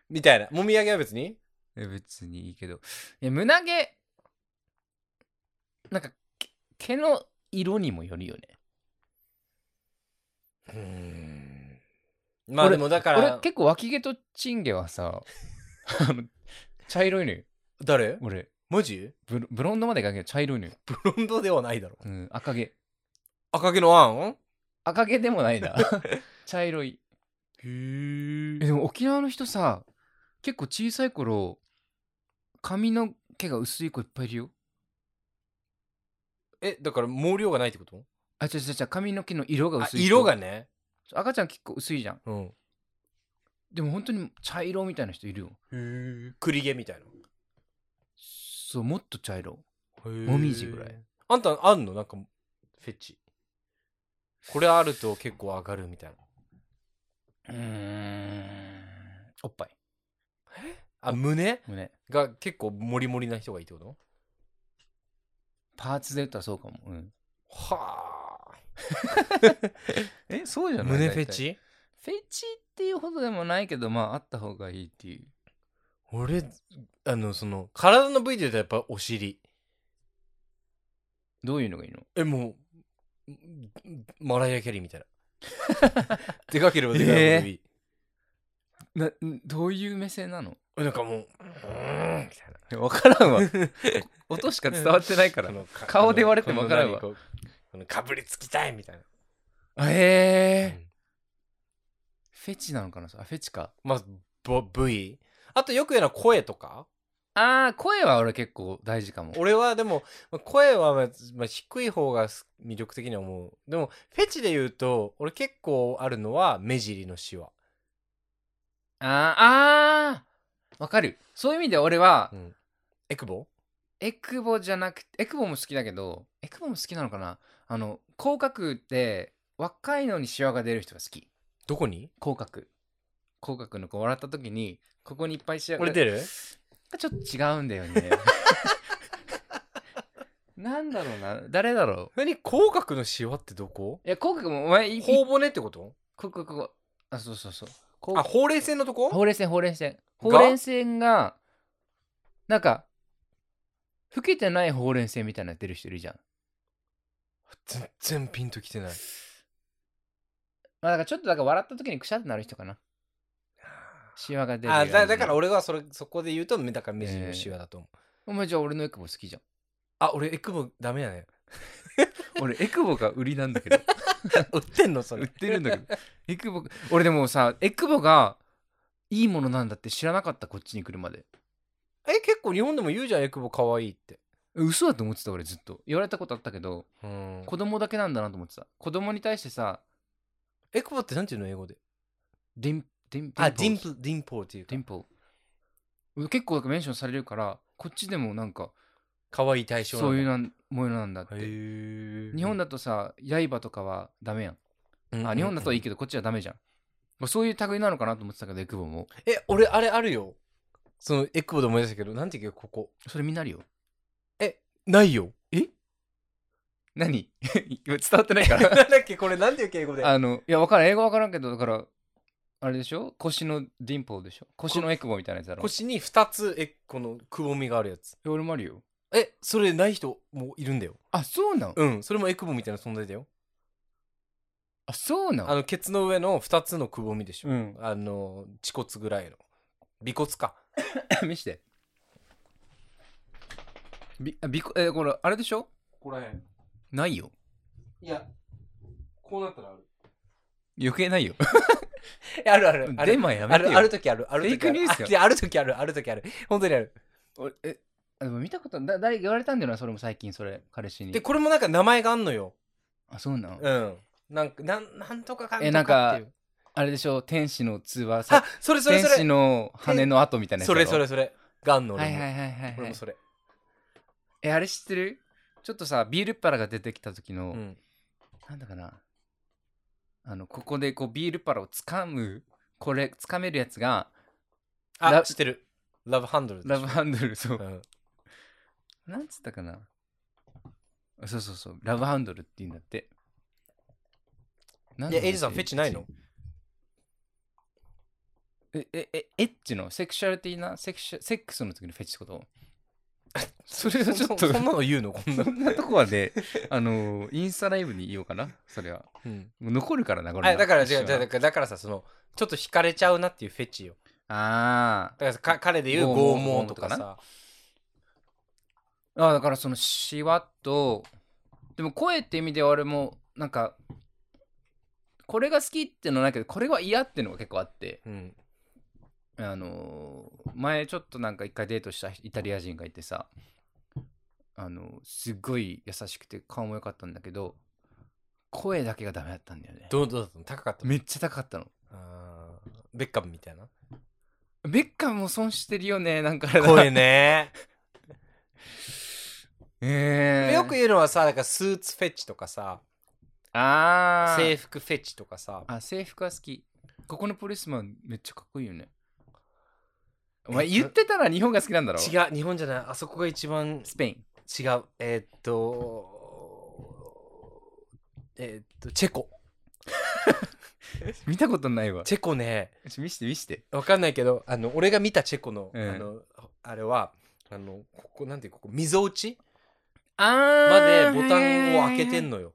Speaker 1: みたいなもみあげは別に
Speaker 2: え別にいいけど。いや、胸毛、なんか、け毛の色にもよるよね。
Speaker 1: うんまあ
Speaker 2: 俺
Speaker 1: でもだか
Speaker 2: 俺
Speaker 1: ら
Speaker 2: 結構脇毛とチン毛はさ、あの、茶色いのよ。
Speaker 1: 誰
Speaker 2: 俺。
Speaker 1: マジ
Speaker 2: ブロブロンドまでがけど茶色いのよ。
Speaker 1: ブロンドではないだろ
Speaker 2: うん、赤毛。
Speaker 1: 赤毛のアン
Speaker 2: 赤毛でもないな。茶色い。
Speaker 1: へ
Speaker 2: え、でも沖縄の人さ、結構小さい頃、髪の毛が薄い子いっぱいいるよ。
Speaker 1: えだから毛量がないってこと
Speaker 2: あ、違う違う違う、髪の毛の色が
Speaker 1: あ
Speaker 2: 薄い子。
Speaker 1: 色がね
Speaker 2: そう。赤ちゃん結構薄いじゃん。
Speaker 1: うん
Speaker 2: でも本当に茶色みたいな人いるよ。
Speaker 1: 栗毛みたい
Speaker 2: そう、もっと茶色。
Speaker 1: な
Speaker 2: もみじぐらい
Speaker 1: あんたあんのなんかフェチこれあると結構上がるみたいな
Speaker 2: うーん。おっぱい。
Speaker 1: あ胸
Speaker 2: 胸。
Speaker 1: が結構モリモリな人がいいってこと
Speaker 2: パーツで言ったらそうかも。うん。
Speaker 1: はあ
Speaker 2: え、そうじ
Speaker 1: 胸フェチ
Speaker 2: フェチっていうほどでもないけどまああった方がいいっていう
Speaker 1: 俺あのその体の部位で言うとやっぱお尻
Speaker 2: どういうのがいいの
Speaker 1: えもうマライア・キャリーみたいな
Speaker 2: (laughs)
Speaker 1: でかければでかいほどいい、
Speaker 2: などういう目線なの
Speaker 1: えなんかもううーんみたいな
Speaker 2: 分からん (laughs) わ音しか伝わってないから
Speaker 1: このか
Speaker 2: 顔で言われてもわからんわ
Speaker 1: この何こうこのかぶりつきたいみたいな、う
Speaker 2: へえ
Speaker 1: ん
Speaker 2: フェチなのかなあフェチか
Speaker 1: まあぼ部位あとよく言うのは声とか
Speaker 2: あー声は俺結構大事かも
Speaker 1: 俺はでもまあ声は、まあまあ低い方がす魅力的には思うでもフェチで言うと俺結構あるのは目尻のシワ、
Speaker 2: あーあーわかるそういう意味で俺は
Speaker 1: うん、エクボ
Speaker 2: エクボじゃなくてエクボも好きだけどエクボも好きなのかなあの口角って若いのにシワが出る人が好き
Speaker 1: どこに
Speaker 2: 口角口角のこう笑った時にここにいっぱいシワ
Speaker 1: こ
Speaker 2: が
Speaker 1: れ出る
Speaker 2: ちょっと違うんだよ (laughs) ねなんだろうな誰だろ
Speaker 1: 何口角のシワってどこ
Speaker 2: ういや口角もお前いいこ
Speaker 1: 頬骨ってこと
Speaker 2: こここあそうそうそうこ
Speaker 1: あほうれい線のとこ
Speaker 2: ほうれい線ほうれい線ほ
Speaker 1: が
Speaker 2: うれい線がなんか老けてないほうれい線みたいなの出る人いるじゃん
Speaker 1: 全然ピンときてない
Speaker 2: まあだからちょっとだから笑った時にくしゃってなる人かな。シワが出るよう
Speaker 1: あ
Speaker 2: に。
Speaker 1: だだから俺はそれそこで言うとだから目尻のシワだと思う、
Speaker 2: お前じゃあ俺のエクボ好きじゃん。
Speaker 1: あ俺エクボダメだね
Speaker 2: 俺エクボが売りなんだけど。
Speaker 1: 売ってんのそれ
Speaker 2: 売ってるんだけど。エクボ、俺でもさ、エクボがいいものなんだって知らなかったこっちに来るまで。
Speaker 1: え結構日本でも言うじゃんエクボ可愛いって
Speaker 2: 嘘だと思ってた俺ずっと。言われたことあったけど、
Speaker 1: うん
Speaker 2: 子供だけなんだなと思ってた。子供に対してさ、
Speaker 1: エクボってなんていうの英語で
Speaker 2: デン、デン、
Speaker 1: あ
Speaker 2: デ
Speaker 1: デ
Speaker 2: ィ
Speaker 1: ィン
Speaker 2: ンポ
Speaker 1: プディンポーっていうか
Speaker 2: ディンポ結構メンションされるから、こっちでもなんか、
Speaker 1: 可愛い対象
Speaker 2: そういう
Speaker 1: の
Speaker 2: なんものなんだって。日本だとさ刃とかはダメやん、あ日本だといいけどこっちはダメじゃん、まあ、そういう類なのかなと思ってたけどエクボも
Speaker 1: え俺あれあるよそのエクボで思い出したけどなんていうかここ
Speaker 2: それみんなあるよ
Speaker 1: ないよえ
Speaker 2: 何 (laughs) 伝わってないか (laughs)
Speaker 1: なん
Speaker 2: ら
Speaker 1: だっけこれなんていう敬語で
Speaker 2: あのいや分からん英語分からんけどだからあれでしょ腰のディンポーでしょ腰のエクボみたいなやつだろ
Speaker 1: 腰に2つえこのくぼみがあるやつ
Speaker 2: いや俺もあるよ
Speaker 1: えそれない人もいるんだよ
Speaker 2: あそうなん、
Speaker 1: うんそれもエクボみたいな存在だよ
Speaker 2: あそうなん
Speaker 1: あのケツの上の2つのくぼみでしょ、
Speaker 2: うん
Speaker 1: あの恥骨ぐらいの尾骨か
Speaker 2: 見してびあびこえこれあれでしょ
Speaker 1: こらへん
Speaker 2: ないよ
Speaker 1: いやこうなったらある
Speaker 2: 余計ないよ
Speaker 1: あるあるあ
Speaker 2: (laughs) デ
Speaker 1: る
Speaker 2: マや
Speaker 1: あ
Speaker 2: めてよ
Speaker 1: るある時あるある時ある
Speaker 2: フェイクニュースよ
Speaker 1: あいやある時あるある時ある本当にある
Speaker 2: 俺えあでも見たことだ誰言われたんだよなそれも最近それ彼氏に
Speaker 1: でこれもなんか名前があんのよ
Speaker 2: あそうなん、
Speaker 1: うんなんかなんなんとかかんとかっていう
Speaker 2: えなんかあれでしょ天使の通話
Speaker 1: あ
Speaker 2: さ
Speaker 1: それそれ
Speaker 2: 天
Speaker 1: そ
Speaker 2: 使
Speaker 1: れ
Speaker 2: の羽の跡みたいなやつ
Speaker 1: そ
Speaker 2: だろ
Speaker 1: れそれそれがあんの
Speaker 2: は
Speaker 1: 俺
Speaker 2: い
Speaker 1: も、
Speaker 2: はいはいはい、は
Speaker 1: 俺
Speaker 2: い
Speaker 1: も、それ、
Speaker 2: えあれ知ってるちょっとさビールっ腹が出てきた時の、
Speaker 1: うん、
Speaker 2: なんだかなあのここでこうビールっ腹を掴むこれ掴めるやつが
Speaker 1: あ
Speaker 2: ラ
Speaker 1: 知ってるラブハンドルでしょ
Speaker 2: ラブハンドルそう
Speaker 1: う、ん、
Speaker 2: なんつったかなそうそうそうラブハンドルって言うんだってなん
Speaker 1: い
Speaker 2: だ
Speaker 1: や
Speaker 2: ろう
Speaker 1: エイジさんフェチないの
Speaker 2: え、え、え、エッチのセクシュアリティなセクシュ、セックスの時のフェチってこと
Speaker 1: (laughs)
Speaker 2: それは (laughs) ちょっ
Speaker 1: そ
Speaker 2: と、
Speaker 1: んなそんなの言うのこ
Speaker 2: (laughs)
Speaker 1: んな
Speaker 2: そ、んなとこはね、あの、インスタライブに言おうかな、それは。
Speaker 1: うん、
Speaker 2: もう残るからな、これ
Speaker 1: あ
Speaker 2: な。
Speaker 1: だから
Speaker 2: 一緒
Speaker 1: 違う
Speaker 2: は
Speaker 1: だからだからさそのちょっと惹かれちゃうなっていうフェチよ
Speaker 2: あ
Speaker 1: だからさか彼で言う
Speaker 2: 剛
Speaker 1: 剛
Speaker 2: 毛
Speaker 1: 毛とかさ
Speaker 2: ーあ。だからその、シワと、でも声って意味では俺も、なんか、これが好きっていうのはないけど、これが嫌っていうのが結構あって、
Speaker 1: うん
Speaker 2: あのー前ちょっとなんか一回デートしたイタリア人がいてさあのーすっごい優しくて顔も良かったんだけど声だけがダメだったんだよね
Speaker 1: どうどうだったの高かったの
Speaker 2: めっちゃ高かったの
Speaker 1: あーベッカムみたいな
Speaker 2: ベッカムも損してるよねなんか
Speaker 1: 声ね
Speaker 2: (laughs) えー、
Speaker 1: (laughs) よく言うのはさだからスーツフェチとかさ
Speaker 2: ああ
Speaker 1: 制服フェチとかさ
Speaker 2: あ制服は好きここのポリスマンめっちゃかっこいいよねお前言ってたら日本が好きなんだろ
Speaker 1: 違う日本じゃないあそこが一番
Speaker 2: スペイン
Speaker 1: 違うえーっとえーっとチェコ
Speaker 2: 見たことないわ。
Speaker 1: チェコね
Speaker 2: 見して見して。
Speaker 1: わかんないけどあの俺が見たチェコの,、
Speaker 2: うん
Speaker 1: あのあれはあのここなんていうここ溝打ち
Speaker 2: あ
Speaker 1: ま
Speaker 2: ー
Speaker 1: でボタンを開けてん
Speaker 2: の。
Speaker 1: のよ。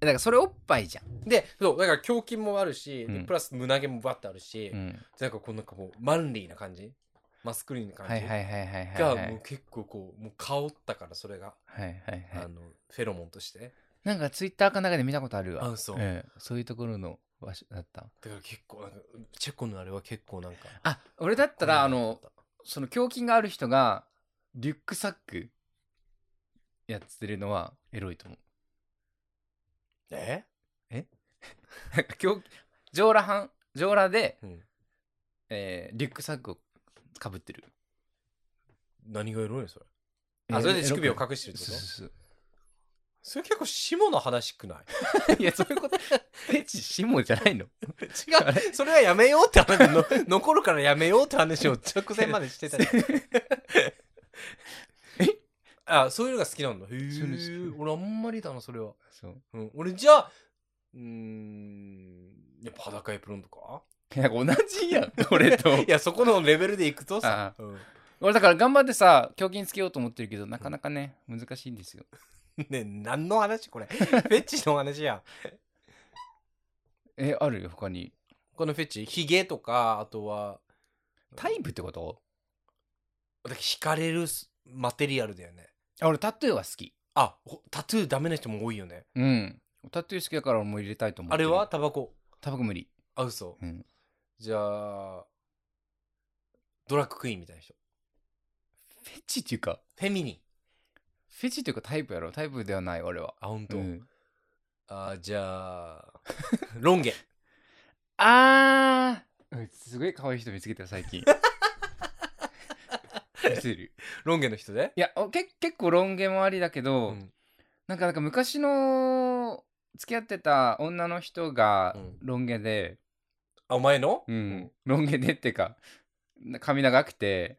Speaker 2: だからそれおっぱいじゃん。
Speaker 1: でそうだから胸筋もあるし、で
Speaker 2: うん
Speaker 1: プラス胸毛もバッてあるし、
Speaker 2: うん
Speaker 1: なんかこうなんかもうマンリーな感じマスクリーンな感じ、
Speaker 2: はいはいはいはいはい。
Speaker 1: が
Speaker 2: はい
Speaker 1: もう結構こうもう香ったからそれが、
Speaker 2: はいはいは
Speaker 1: あ
Speaker 2: い。
Speaker 1: のフェロモンとして
Speaker 2: なんかツイッターかなんかで見たことあるわ。
Speaker 1: あそう
Speaker 2: ええそういうところの場所だった。
Speaker 1: だから結構なんかチェコのあれは結構なんか
Speaker 2: あ、俺だったら、あの、その胸筋がある人がリュックサックやってるのはエロいと思う。
Speaker 1: え
Speaker 2: なんか胸上裸半上裸で、
Speaker 1: うん
Speaker 2: えーリュックサックをかぶってる。
Speaker 1: 何がエロいのそれ
Speaker 2: えー
Speaker 1: あそれで乳首を
Speaker 2: エロく
Speaker 1: 隠してるってこ
Speaker 2: そ
Speaker 1: と
Speaker 2: うそう
Speaker 1: それ結構下の話くない
Speaker 2: そう。いやそういうこと。ペチシモじゃないの。あ
Speaker 1: (laughs)
Speaker 2: れ
Speaker 1: 違うそれはやめようって (laughs) 話の残るからやめようって話を直前までしてた (laughs) あそういうのが好きなんだへ
Speaker 2: そういうの
Speaker 1: え
Speaker 2: 好き
Speaker 1: 俺あんまりだなそれは、
Speaker 2: そう。
Speaker 1: うん、俺じゃあうーんやっぱ裸エプロンとか
Speaker 2: なんか同じやん。俺 (laughs) と。
Speaker 1: (laughs) いやそこのレベルでいくとさ、うん
Speaker 2: 俺だから頑張ってさ胸筋つけようと思ってるけどなかなかね難しいんですよ。
Speaker 1: (laughs) ねえ何の話これ (laughs) フェチの話やん
Speaker 2: えあるよ他に。
Speaker 1: このフェチヒゲとかあとは
Speaker 2: タイプってこと？
Speaker 1: だ惹かれるマテリアルだよね
Speaker 2: あ俺タトゥーは好き。
Speaker 1: あほタトゥーダメな人も多いよね
Speaker 2: うん。タトゥー好きだから俺も入れたいと思っ
Speaker 1: あ
Speaker 2: て
Speaker 1: れ
Speaker 2: る
Speaker 1: はタバコ
Speaker 2: タバコ無理。
Speaker 1: あ嘘
Speaker 2: うん。
Speaker 1: じゃあドラッグクイーンみたいな人
Speaker 2: フェチっていうか
Speaker 1: フェミニン
Speaker 2: フェチっていうかタイプやろタイプではない俺は。
Speaker 1: あ本当、
Speaker 2: うん
Speaker 1: あじゃあロン
Speaker 2: (laughs)
Speaker 1: 毛
Speaker 2: あーうんすごい可愛い人見つけた最近見せる
Speaker 1: ロン毛の人で
Speaker 2: いやおけ結構ロン毛もありだけど、
Speaker 1: うん
Speaker 2: なんかなんか昔の付き合ってた女の人が
Speaker 1: うん
Speaker 2: ロン毛で、
Speaker 1: あお前の
Speaker 2: うんロン毛でっていうかな髪長くて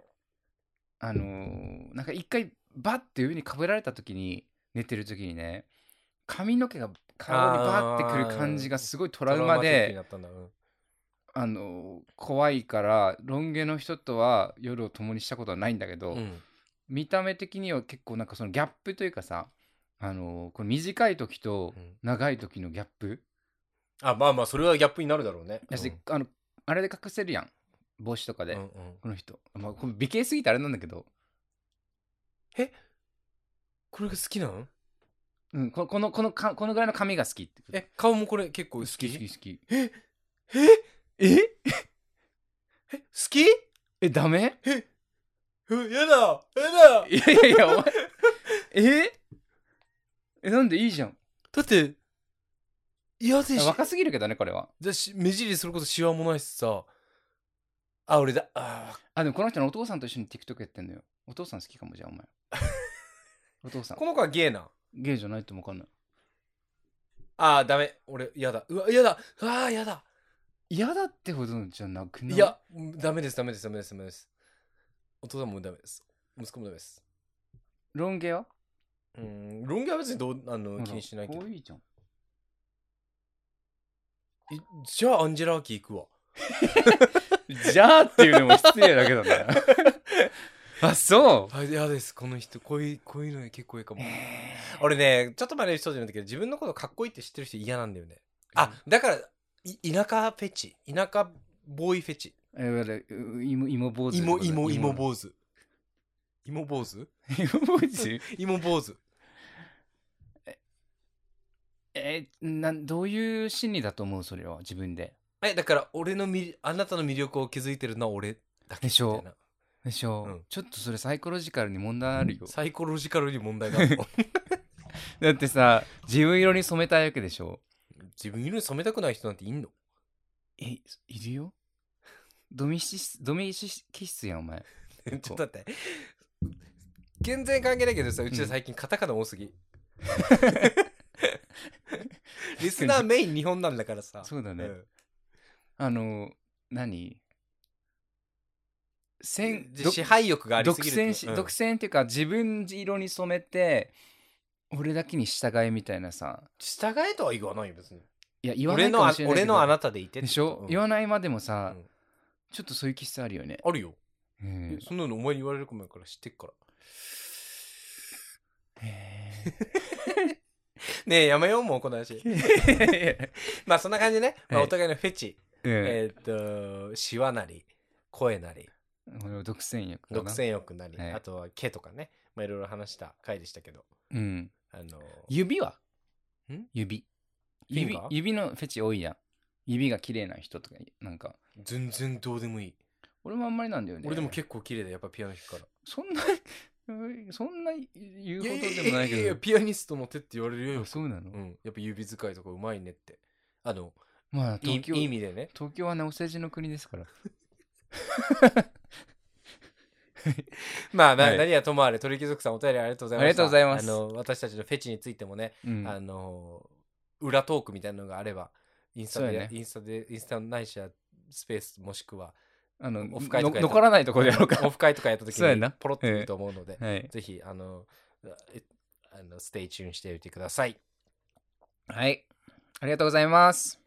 Speaker 2: あのーなんか一回バッて上にかぶられた時に寝てる時にね髪の毛が顔にバッてくる感じがすごいトラウ
Speaker 1: トラウマ
Speaker 2: マで。
Speaker 1: ティックになったんだ、うん
Speaker 2: あの怖いからロン毛の人とは夜を共にしたことはないんだけど、
Speaker 1: うん
Speaker 2: 見た目的には結構なんかそのギャップというかさあのこの短い時と
Speaker 1: うん
Speaker 2: 長い時のギャップ
Speaker 1: あまあまあそれはギャップになるだろうね
Speaker 2: だし、あのあれで隠せるやん帽子とか
Speaker 1: う
Speaker 2: で、
Speaker 1: んうんうん
Speaker 2: この人、まあ、これ美形すぎてあれなんだけど、
Speaker 1: これが好きなの
Speaker 2: うん、ここのこのかこのぐらいの髪が好きって
Speaker 1: え顔もこれ結構好
Speaker 2: 好
Speaker 1: き
Speaker 2: き好き好き
Speaker 1: え
Speaker 2: え
Speaker 1: え好き (laughs)
Speaker 2: えダメ
Speaker 1: うやだやだ
Speaker 2: いやいやいやお前 (laughs) ええなんでいいじゃん
Speaker 1: だって嫌でし
Speaker 2: 若すぎるけどねこれは
Speaker 1: だし目尻それこそシワもないしさあ俺だあ
Speaker 2: あ、でもこの人のお父さんと一緒に TikTok やってんのよ。お父さん好きかもじゃあ、お (laughs) 前。お父さ
Speaker 1: ー
Speaker 2: ん
Speaker 1: こ。の子はゲイな
Speaker 2: ゲイじゃないともわかんない。
Speaker 1: あーダメ俺嫌だうわ嫌だあー嫌だ
Speaker 2: 嫌だってほどじゃなくない
Speaker 1: いやダメですダメですダメですダメですお父さんもダメです息子もダメです
Speaker 2: ロン毛は
Speaker 1: うん論議は別にどうあの気にしないけ
Speaker 2: ほ
Speaker 1: ど
Speaker 2: ら多いじゃん。
Speaker 1: えじゃあアンジェラーキー行くわ
Speaker 2: じゃあっていうのも失礼だけどな。 (laughs) あ、そ
Speaker 1: あ嫌ですこの人こういうこういうの結構いいか
Speaker 2: う
Speaker 1: も俺ねちょっと前の人じゃないんだけど自分のことかっこいいって知ってる人嫌なんだよねあだからい田舎フェチ田舎ボーイフェチ
Speaker 2: えー、だからう芋、芋坊主。
Speaker 1: 芋芋芋
Speaker 2: 主。
Speaker 1: 坊主芋坊主
Speaker 2: 芋坊主
Speaker 1: 芋坊主
Speaker 2: えーなん、どういう心理だと思うそれは、自分で。
Speaker 1: えだから俺のみあなたの魅力を気づいてるのは俺だけ
Speaker 2: でしょう
Speaker 1: みたいな
Speaker 2: でしょ、
Speaker 1: うん
Speaker 2: ちょっとそれサイコロジカルに問題あるよ。
Speaker 1: サイコロジカルに問題があ
Speaker 2: (laughs)
Speaker 1: る
Speaker 2: だってさ、自分色に染めたいわけでしょ
Speaker 1: 自分色に染めたくない人なんていんの
Speaker 2: え、いるよドミシス、ドミシ気質やん、お前。
Speaker 1: ちょっと待って全然関係ないけどさうちら最近カタカナ多す
Speaker 2: (laughs)
Speaker 1: ぎリスナーメイン日本なんだからさ
Speaker 2: そうだね
Speaker 1: ん
Speaker 2: あの、何
Speaker 1: で
Speaker 2: 戦、ど
Speaker 1: 支配欲があり
Speaker 2: 独
Speaker 1: すぎる
Speaker 2: 占し、独占っていうか、自分色に染めて、俺だけに従えみたいなさ。
Speaker 1: 従えとは言わないよ別に
Speaker 2: いや言わな
Speaker 1: 俺
Speaker 2: いか
Speaker 1: の
Speaker 2: も
Speaker 1: あ
Speaker 2: しれないけ
Speaker 1: 俺
Speaker 2: ど
Speaker 1: のあなたでいてってこと
Speaker 2: でしょ、言わないまでもさ、
Speaker 1: うん
Speaker 2: ちょっとそういう気質あるよね、
Speaker 1: あるよ、
Speaker 2: う
Speaker 1: え
Speaker 2: ん、
Speaker 1: そんなのお前に言われるかもやから知ってっからねえやめようもうこの話 (laughs) まあそんな感じでね、まあ、
Speaker 2: はい
Speaker 1: お互いのフェチ、
Speaker 2: え
Speaker 1: えーっとシワなり声なり
Speaker 2: ー、これを独占欲かな
Speaker 1: 独占欲なり、
Speaker 2: はい
Speaker 1: あとは毛とかね、まあ、いろいろ話した回でしたけど
Speaker 2: うん、
Speaker 1: あの
Speaker 2: 指は
Speaker 1: ん
Speaker 2: 指
Speaker 1: フィン
Speaker 2: 指
Speaker 1: ガー
Speaker 2: 指のフェチ多いやん指が綺麗な人とかなんか
Speaker 1: 全然どうでもいい
Speaker 2: 俺もあんまりなんだよね
Speaker 1: 俺でも結構綺麗だよやっぱピアノ弾くから
Speaker 2: そんな (laughs) そんな言
Speaker 1: い
Speaker 2: う
Speaker 1: やい
Speaker 2: こと
Speaker 1: や
Speaker 2: でもない
Speaker 1: や
Speaker 2: け
Speaker 1: や
Speaker 2: ど
Speaker 1: ピアニストの手って言われるよ
Speaker 2: あそうなの、
Speaker 1: うん、やっぱ指使いとかうまいねってあの
Speaker 2: まあ
Speaker 1: いい
Speaker 2: 東京
Speaker 1: いい意味でね
Speaker 2: 東京はねお世辞の国ですから
Speaker 1: まあ、な
Speaker 2: はい
Speaker 1: 何はともあれ鳥貴族さんお便りありがとうございました
Speaker 2: ありがとうございます
Speaker 1: あの私たちのフェチについてもね、
Speaker 2: うん
Speaker 1: あの裏トークみたいなのがあればインスタ
Speaker 2: そう
Speaker 1: で、
Speaker 2: やね
Speaker 1: インスタでインスタないしはスペースもしくは (laughs)
Speaker 2: あの
Speaker 1: オフ会とかや
Speaker 2: の
Speaker 1: った
Speaker 2: 残らないところでやろう
Speaker 1: オ
Speaker 2: か (laughs)
Speaker 1: フ会とかやった時
Speaker 2: そうや
Speaker 1: に
Speaker 2: な
Speaker 1: ポロッと言うと思うので、
Speaker 2: はい、
Speaker 1: ぜひあのえあのステイチューンしておいてください
Speaker 2: はい、ありがとうございます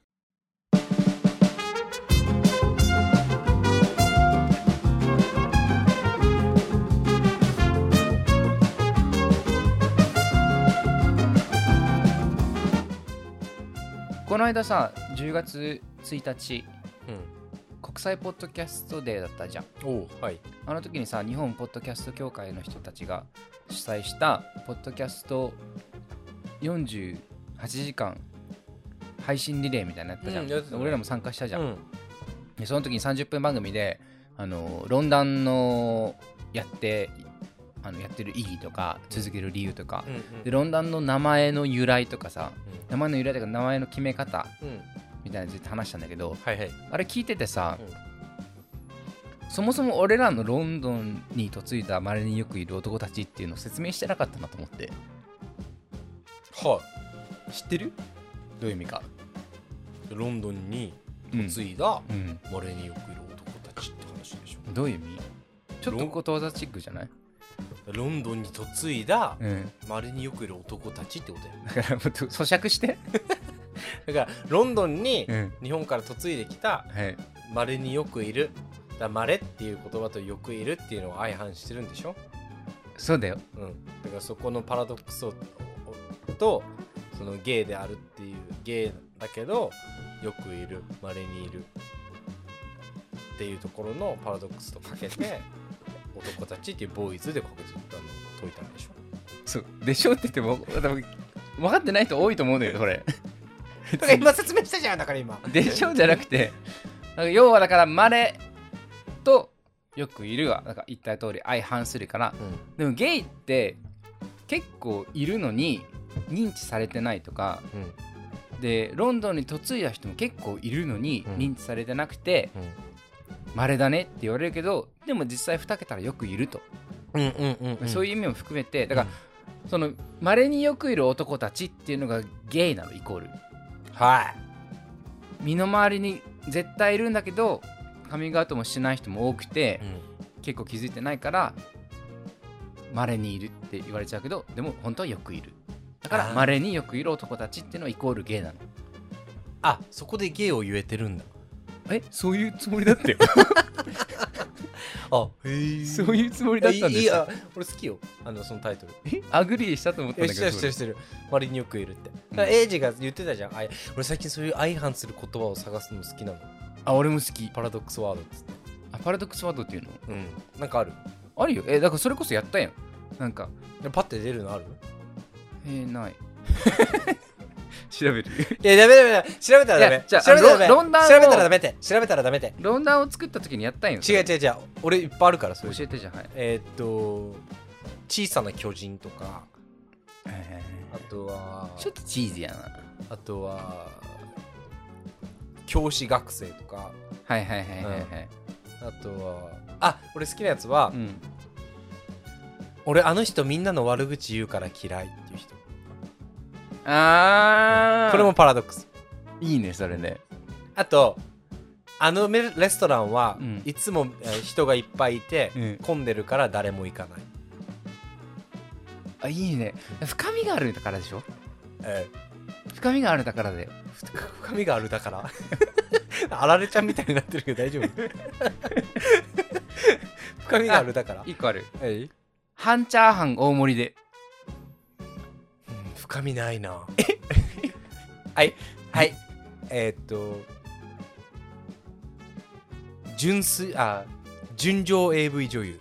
Speaker 2: この間さ10月1日
Speaker 1: うん
Speaker 2: 国際ポッドキャストデーだったじゃん
Speaker 1: おうはい
Speaker 2: あの時にさ日本ポッドキャスト協会の人たちが主催したポッドキャスト48時間配信リレーみたいなのやったじゃん、
Speaker 1: うんやってたね
Speaker 2: 俺らも参加したじゃん、
Speaker 1: うん
Speaker 2: でその時に30分番組であの論壇のやってあのやってる意義とか続ける理由とか、
Speaker 1: うん
Speaker 2: で論壇の名前の由来とかさ
Speaker 1: う
Speaker 2: 名前の由来とか名前の決め方
Speaker 1: んうん
Speaker 2: みたいなのについて話したんだけど
Speaker 1: はいはい
Speaker 2: あれ聞いててさ、そもそも俺らのロンドンに嫁いだまれによくいる男たちっていうのを説明してなかったなと思って
Speaker 1: は
Speaker 2: 知ってるどういう意味か
Speaker 1: いロンドンに
Speaker 2: うん、
Speaker 1: 継いだ
Speaker 2: うん、
Speaker 1: まれによくいる男たちって話でしょ
Speaker 2: どういう意味ちょっとことわざチックじゃない
Speaker 1: ロンドンに嫁いだ
Speaker 2: うん
Speaker 1: まれによくいる男たちってことやね
Speaker 2: だからもうと咀嚼して
Speaker 1: だからロンドンに
Speaker 2: ん
Speaker 1: 日本から嫁いできた
Speaker 2: はい
Speaker 1: まれによくいるだまれっていう言葉とよくいるっていうのを相反してるんでしょ
Speaker 2: そうだよ
Speaker 1: うんだからそこのパラドックスをとそのゲイであるっていうゲイだけどよくいるまれにいるっていうところのパラドックスとかけて (laughs) 男たちっていうボーイズで確実にあの解いたん (laughs) でしょ
Speaker 2: そうでしょって言っても多分分かってない人多いと思うんだけどこれ
Speaker 1: だから今説明したじゃんだから今
Speaker 2: でしょじゃなくてなんか要はだからまれとよくいるはなんか言った通り相反するから
Speaker 1: う
Speaker 2: でもゲイって結構いるのに認知されてないとか
Speaker 1: んうん
Speaker 2: でロンドンに嫁いだ人も結構いるのに
Speaker 1: うん
Speaker 2: 認知されてなくて
Speaker 1: うん
Speaker 2: 稀だねって言われるけどでも実際2桁らよくいると、
Speaker 1: うんうんうん
Speaker 2: そう
Speaker 1: い
Speaker 2: いう意味も含めてだから、その稀によくいる男たちっていうのがゲイなのイコール
Speaker 1: うんは
Speaker 2: 身の回りに絶対いるんだけどカミングアウトもしない人も多くて
Speaker 1: い、うん
Speaker 2: 結構気づいてないから稀にいるって言われちゃうけどでも本当はよくいるだか
Speaker 1: あ
Speaker 2: ら
Speaker 1: ー
Speaker 2: 稀によくいる男たちっていうのはイコールゲイなの
Speaker 1: あそこで芸を言えてるんだ
Speaker 2: えそういうつもりだったよ
Speaker 1: あへえ
Speaker 2: (laughs) そういうつもりだったんですよ
Speaker 1: いや俺好きよあのそのタイトル
Speaker 2: えアグリーしたと思ったん
Speaker 1: え
Speaker 2: だ
Speaker 1: し
Speaker 2: け
Speaker 1: て
Speaker 2: ど
Speaker 1: るしてるしてる割によくいるってだから
Speaker 2: うん
Speaker 1: エイジが言ってたじゃんあい俺最近そういう相反する言葉を探すの好きなの
Speaker 2: あ俺も好き
Speaker 1: パラドックスワードっつって
Speaker 2: あパラドックスワードっていうの
Speaker 1: うんなんかある
Speaker 2: あるよえだからそれこそやったやんなんか
Speaker 1: パッて出る (laughs) のある
Speaker 2: えー、ない (laughs) 調 (laughs) べる
Speaker 1: いやダメダメダメ調べたらダ
Speaker 2: いや
Speaker 1: メ
Speaker 2: じゃあ
Speaker 1: 調べたらダメ
Speaker 2: ロンロンダーの
Speaker 1: 調べたらダメって調べたらダメって
Speaker 2: ロンダンを作った時にやったんよそ
Speaker 1: 違う
Speaker 2: れ
Speaker 1: 違う違う俺いっぱいあるからそれ
Speaker 2: 教えてじゃんはい、
Speaker 1: えーっと小さな巨人とかあとは
Speaker 2: ちょっとチーズやな
Speaker 1: あとは教師学生とか
Speaker 2: はいはいはいはいはい、
Speaker 1: あとはあ俺好きなやつは、
Speaker 2: うん
Speaker 1: 俺あの人みんなの悪口言うから嫌いっていう人
Speaker 2: あー
Speaker 1: これもパラドックス
Speaker 2: いいねそれね
Speaker 1: あとあのメレストランは、
Speaker 2: うん
Speaker 1: いつもえー人がいっぱいいて、
Speaker 2: うん
Speaker 1: 混んでるから誰も行かない、
Speaker 2: あいいね深みがあるんだからでしょ
Speaker 1: え
Speaker 2: 深みがあるんだからだよ
Speaker 1: ーふ深みがあるだから (laughs) あられちゃんみたいになってるけど大丈
Speaker 2: (laughs)
Speaker 1: 夫深みがあるだから
Speaker 2: 一個ある
Speaker 1: はいうん
Speaker 2: 半チャーハン大盛りで
Speaker 1: 深みないな (laughs) はいはいえーっと純粋あ純情 AV 女優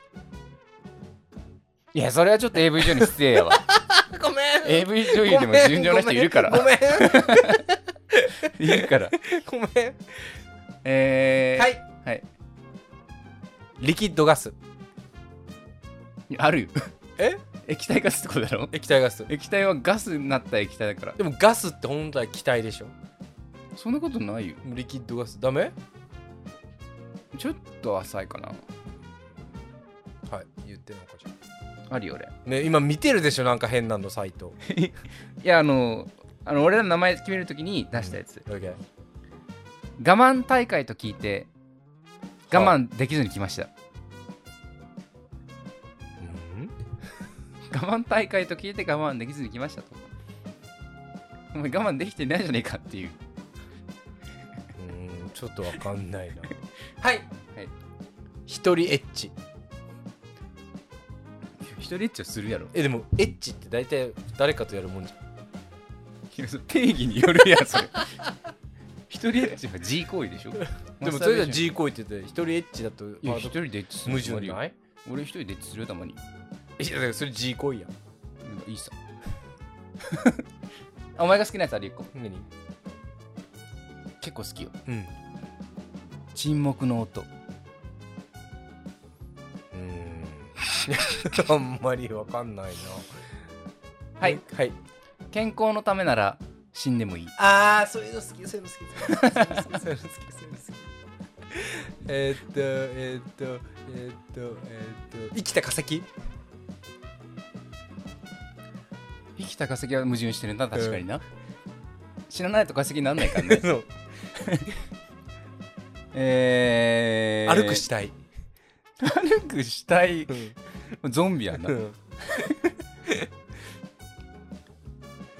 Speaker 2: いやそれはちょっと AV 女優に失礼や (laughs) わ
Speaker 1: ごめん
Speaker 2: AV 女優でも純情な人いるから
Speaker 1: ごめん
Speaker 2: いるから
Speaker 1: ごめんごめん
Speaker 2: えー、
Speaker 1: はい
Speaker 2: はい
Speaker 1: リキッドガス
Speaker 2: あるよ
Speaker 1: え
Speaker 2: 液体ガスってことだろ
Speaker 1: 液体ガス
Speaker 2: 液体はガスになった液体だから
Speaker 1: でもガスって本来気体でしょ
Speaker 2: そんなことないよ
Speaker 1: リキッドガスダメ
Speaker 2: ちょっと浅いかな
Speaker 1: はい言ってなんかじゃ
Speaker 2: あるよ俺
Speaker 1: んね今見てるでしょなんか変なのサイト
Speaker 2: いやあのあの俺らの名前決めるときに出したやつ、
Speaker 1: オッケー
Speaker 2: 我慢大会と聞いて
Speaker 1: はい
Speaker 2: 我慢できずに来ました、我慢大会と聞いて我慢できずに来ましたとお前我慢できてないじゃねえかっていう
Speaker 1: うんうんちょっとわかんないなはい、
Speaker 2: はい、
Speaker 1: (laughs) 一人エッチ
Speaker 2: 一人エッチをするやろ
Speaker 1: えでもエッチって大体誰かとやるもんじゃん
Speaker 2: 定義によるやんそれ (laughs) 一人エッチは G 行為でしょ
Speaker 1: でもそれじゃ G 行為って言って一人エッチだと
Speaker 2: いや
Speaker 1: ワー
Speaker 2: 一
Speaker 1: ド
Speaker 2: 人でエッチする
Speaker 1: 矛盾ない
Speaker 2: 俺一人でエッチするよたまに
Speaker 1: いやだからそれ G 行為やん
Speaker 2: いいさ (laughs) お前が好きなやつある一個
Speaker 1: 何
Speaker 2: 結構好きよ
Speaker 1: うん
Speaker 2: 沈黙の音
Speaker 1: うんあん (laughs) まりわかんないな
Speaker 2: はい
Speaker 1: はい
Speaker 2: 健康のためなら死んでもいい
Speaker 1: ああそういうの好きそういう (laughs) の好きそういうの好きそういうの好きそういうの好きえーっとえーっとえーっとえーっと生きた化石
Speaker 2: 生きた化石は矛盾してるな確かにな、死なないと化石になんないから
Speaker 1: (laughs)
Speaker 2: ね
Speaker 1: そう
Speaker 2: えー、
Speaker 1: 歩くしたい、
Speaker 2: 歩く死体
Speaker 1: うん
Speaker 2: ゾンビやな
Speaker 1: (laughs)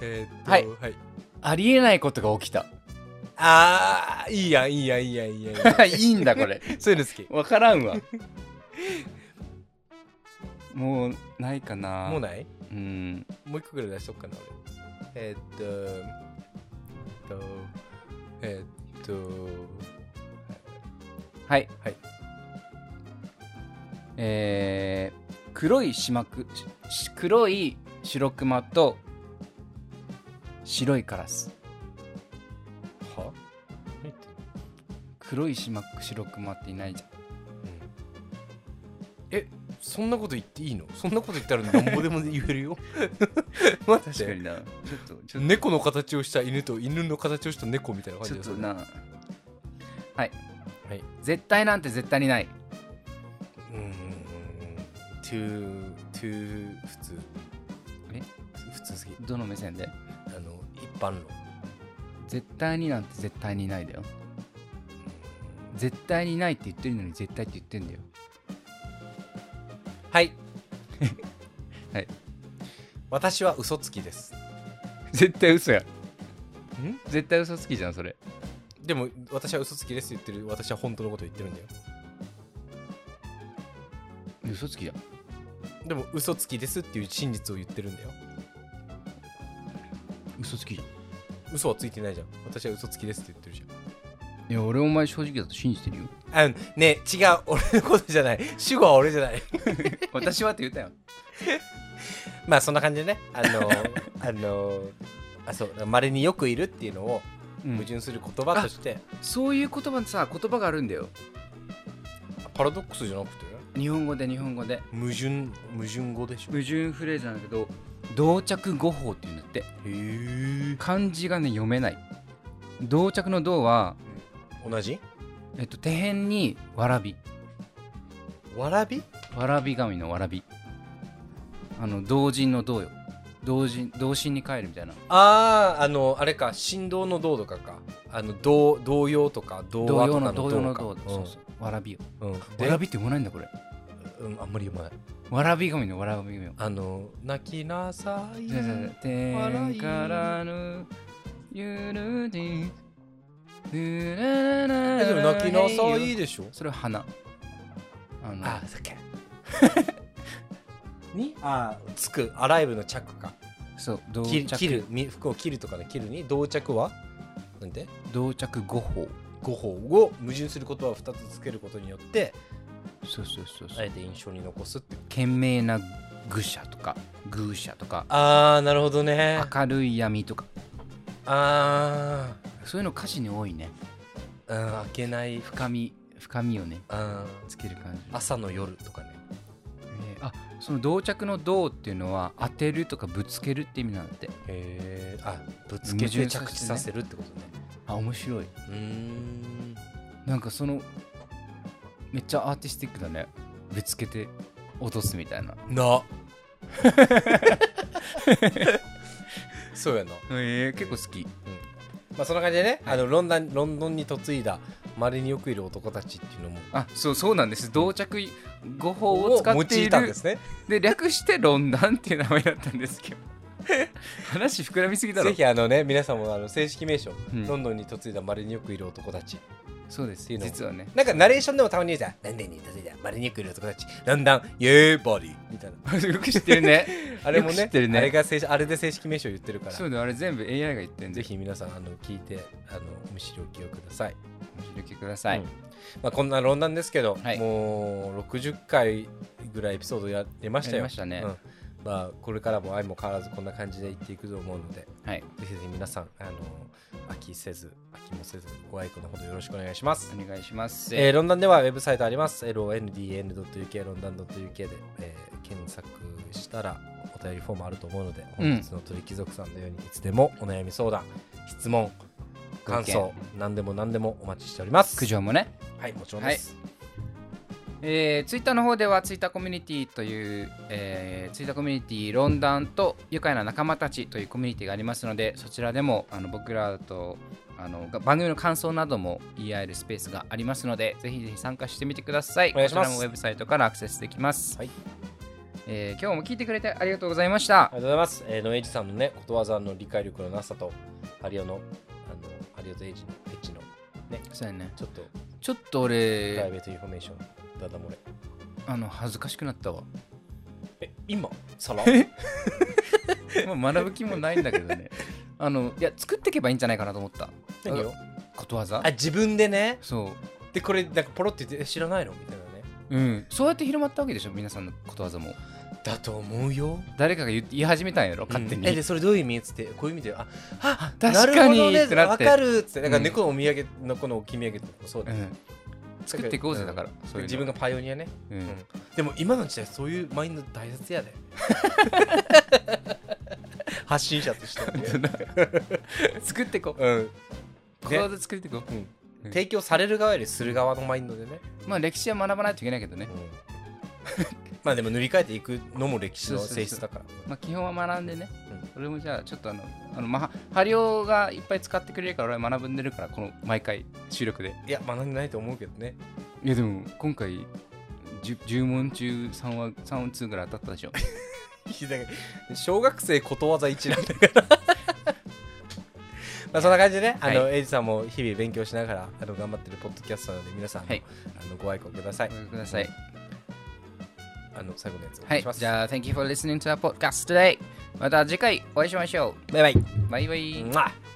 Speaker 1: えーっと
Speaker 2: はい
Speaker 1: はい、
Speaker 2: ありえないことが起きた (laughs)
Speaker 1: ああいいやんいいやんいいやんいいやんいいやん
Speaker 2: いいんだこれ
Speaker 1: そういうの好き
Speaker 2: 分からんわもうないかな
Speaker 1: もうない
Speaker 2: うん
Speaker 1: もう一個ぐらい出しとくかな俺えーっとえーっとえーっと
Speaker 2: はい、
Speaker 1: はい
Speaker 2: えー、黒いしまくし黒い白クマと白いカラス
Speaker 1: は何言ってんの
Speaker 2: 黒いしまく白クマっていないじゃん
Speaker 1: えそんなこと言っていいのそんなこと言ったらなんぼでも言えるよ
Speaker 2: (laughs)
Speaker 1: 待って
Speaker 2: 確かになちょっと (laughs) ちょっ
Speaker 1: 猫の形をした犬と犬の形をした猫みたいな
Speaker 2: と
Speaker 1: 感
Speaker 2: ち
Speaker 1: じ
Speaker 2: ょっ
Speaker 1: です
Speaker 2: となはい、
Speaker 1: はい、
Speaker 2: 絶対なんて絶対にない
Speaker 1: うんトゥートゥー普通
Speaker 2: え
Speaker 1: 普通すぎ
Speaker 2: どの目線で
Speaker 1: あの一般論
Speaker 2: 絶対になんて絶対にないだよ絶対にないって言ってるのに絶対って言ってんだよ
Speaker 1: はい
Speaker 2: はい
Speaker 1: 私は嘘つきです
Speaker 2: (laughs) 絶対嘘やん絶対嘘つきじゃんそれ
Speaker 1: でも私は嘘つきですって言ってる私は本当のこと言ってるんだよ
Speaker 2: 嘘つきじゃん
Speaker 1: でも嘘つきですっていう真実を言ってるんだよ
Speaker 2: 嘘つきじゃん
Speaker 1: 嘘はついてないじゃん私は嘘つきですって言ってるじゃん
Speaker 2: いや俺お前正直だと信じてるよ
Speaker 1: あのね違う俺のことじゃない主語は俺じゃない
Speaker 2: (laughs) 私はって言ったよ
Speaker 1: まあそんな感じでねあ (laughs) のあのあそうまれによくいるっていうのを矛盾する言葉として、
Speaker 2: そういう言葉にさ言葉があるんだよ
Speaker 1: パラドックスじゃなくて
Speaker 2: 日本語で日本語で
Speaker 1: 矛盾矛盾語でしょ
Speaker 2: 矛盾フレーズなんだけど同着語法っていうんだって
Speaker 1: へ
Speaker 2: 漢字がね読めない同着の同は、
Speaker 1: え同じ
Speaker 2: えっと、手辺にわらび
Speaker 1: わらび
Speaker 2: わらび神のわらびあの同人の同よ同人同心に帰るみたいな
Speaker 1: あああのあれか振動の動とかかあの動動揺とか動揺
Speaker 2: 同
Speaker 1: とか
Speaker 2: 様の
Speaker 1: の
Speaker 2: 同様の
Speaker 1: 動
Speaker 2: 同
Speaker 1: か
Speaker 2: そうそうわらびよ
Speaker 1: うん、うん、
Speaker 2: わ
Speaker 1: で
Speaker 2: らびって読まないんだこれ
Speaker 1: うん、あんまり読まない
Speaker 2: わらび神のわらび神よ
Speaker 1: あの泣きなさい
Speaker 2: 天からぬ
Speaker 1: え
Speaker 2: で
Speaker 1: でも泣きなさいでしょ
Speaker 2: それは花あの
Speaker 1: あそっか (laughs) にあつくアライブの着か
Speaker 2: そう同
Speaker 1: 切
Speaker 2: 着
Speaker 1: 切るみ服を切るとかで切るに同着はなんで
Speaker 2: 同着五法
Speaker 1: 五法を矛盾する言葉を2つつけることによって
Speaker 2: そうそうそうそ
Speaker 1: あ
Speaker 2: う、
Speaker 1: えて印象に残すっていう
Speaker 2: 賢明な愚者とか愚者とか
Speaker 1: あーなるほどね
Speaker 2: 明るい闇とか
Speaker 1: あ
Speaker 2: そういうの歌詞に多いね
Speaker 1: ーうん開けない
Speaker 2: 深み深みをね
Speaker 1: うん
Speaker 2: つける感じ
Speaker 1: 朝の夜とかね
Speaker 2: えーあその同着の「銅っていうのは当てるとかぶつけるって意味なんだって
Speaker 1: へえあぶつけ
Speaker 2: 矛
Speaker 1: て
Speaker 2: 盾させてね
Speaker 1: 着地させるってことね
Speaker 2: あ面白いう
Speaker 1: ーん
Speaker 2: なんかそのめっちゃアーティスティックだねぶつけて落とすみたいな
Speaker 1: (laughs) なそうやな
Speaker 2: え結構好き
Speaker 1: まあそんな感じでね、あのロンドンロンドンに嫁いだまれによくいる男たちっていうのも
Speaker 2: あそうそうなんです同着語法を使って
Speaker 1: 用
Speaker 2: い
Speaker 1: いたん
Speaker 2: る
Speaker 1: ですね
Speaker 2: で略して「ロンダン」っていう名前だったんですけど話膨らみすぎだろ
Speaker 1: ぜひあのね皆さんもあの正式名称、
Speaker 2: うん
Speaker 1: ロンドンに嫁いだまれによくいる男たち
Speaker 2: そうです
Speaker 1: ていうのも
Speaker 2: 実はね (laughs)
Speaker 1: なんかナレーションでもたまに言うじゃん「ロンドンに嫁いだまれによくいる男たちロンドンイエーバディ」みたいな
Speaker 2: よく知ってるね
Speaker 1: あれも
Speaker 2: よく知
Speaker 1: ね
Speaker 2: ってるね
Speaker 1: あれが正式あれで正式名称言ってるから
Speaker 2: そうだあれ全部 AI が言ってんで
Speaker 1: ぜひ皆さんあの聞いてあのお見知りおきをください。
Speaker 2: お聞きください、
Speaker 1: うんまあ、こんな論談ですけど、
Speaker 2: はい
Speaker 1: もう60回ぐらいエピソードやってました
Speaker 2: やり
Speaker 1: よ。
Speaker 2: ましたね
Speaker 1: うんまあ、これからも愛も変わらずこんな感じでいっていくと思うので、
Speaker 2: はい
Speaker 1: ぜひぜひ皆さんあの飽きせず飽きもせずご愛顧のほどよろしくお願いします。
Speaker 2: お願いします
Speaker 1: えー、論壇ではウェブサイトあります。londn.uk、ロンダン .uk で、えー検索したらお便りフォームあると思うので、
Speaker 2: うん
Speaker 1: 本日の鳥貴族さんのようにいつでもお悩み相談、質問、
Speaker 2: ご意
Speaker 1: 感
Speaker 2: 見
Speaker 1: 想、何でも何でもお待ちしております。
Speaker 2: 苦情もね
Speaker 1: はい、もちろんです。
Speaker 2: えー、ツイッターの方ではツイッターコミュニティという、えー、ツイッターコミュニティロンダンと愉快な仲間たちというコミュニティがありますのでそちらでもあの僕らとあのが番組の感想なども言い合えるスペースがありますのでぜひぜひ参加してみてください
Speaker 1: お願いします
Speaker 2: こちらもウェブサイトからアクセスできます、
Speaker 1: はい
Speaker 2: えー今日も聞いてくれてありがとうございました
Speaker 1: ありがとうございます。えー、ノエイジさんのね、ことわざの理解力のなさと、ハリオの、あの、ハリオとエイジのペッチの、
Speaker 2: そうやね
Speaker 1: ちょっと
Speaker 2: ちょっと
Speaker 1: プライ
Speaker 2: 俺
Speaker 1: ベートインフォメーション、だだ漏れ。
Speaker 2: あの恥ずかしくなったわ
Speaker 1: え、今さら
Speaker 2: もう学ぶ気もないんだけどね (laughs) あのいや作っていけばいいんじゃないかなと思った
Speaker 1: 何よ
Speaker 2: ことわざ
Speaker 1: あ、自分でね。
Speaker 2: そう
Speaker 1: で、これ、なんかポロって言って、え知らないのみたいなね。
Speaker 2: うん、そうやって広まったわけでしょ皆さんのことわざも
Speaker 1: だと思うよ。
Speaker 2: 誰かが言って言い始めたんやろ勝手に、
Speaker 1: うんえ、で、それどういう意味っつって、こういう意味で、あ、あ、な
Speaker 2: 確か
Speaker 1: る
Speaker 2: に
Speaker 1: ほどね
Speaker 2: ってな
Speaker 1: わ
Speaker 2: って
Speaker 1: かるっつって、なんか
Speaker 2: うん
Speaker 1: 猫のお土産のこの置き土産とかもそう
Speaker 2: う
Speaker 1: だよ
Speaker 2: ん、作っていこうぜだから、そういうの
Speaker 1: 自分が、パイオニアね。
Speaker 2: うん
Speaker 1: うんでも今の時代そういうマインド大切 (laughs) やで発信者として
Speaker 2: (laughs) 作っていこう
Speaker 1: うん
Speaker 2: ことわざ作っていこう、
Speaker 1: 提供される側よりする側のマインドでね、
Speaker 2: まあ歴史は学ばないといけないけどね、
Speaker 1: (laughs) まあでも塗り替えていくのも歴史の性質だから
Speaker 2: まあ、基本は学んでね、
Speaker 1: うん
Speaker 2: 俺もじゃあちょっとあのあの、まあ、ハリオがいっぱい使ってくれるから俺は学んでるからこの毎回収録で
Speaker 1: いや学んでないと思うけどね
Speaker 2: いやでも今回 10, 10問中3は3音2ぐらい当たったで
Speaker 1: (laughs)
Speaker 2: しょ
Speaker 1: だから小学生ことわざ一覧だからまあそんな感じでね、あの
Speaker 2: は
Speaker 1: エイジさんも日々勉強しながらあの頑張ってるポッドキャストなので皆さんも、
Speaker 2: はい
Speaker 1: あのご愛顧ください
Speaker 2: ご。覧ください
Speaker 1: あの最後のやつお願
Speaker 2: はいい
Speaker 1: します。
Speaker 2: じゃあ Thank you for listening to our podcast today また次回お会いしましょう
Speaker 1: バイバイ。
Speaker 2: バイバイ、
Speaker 1: うん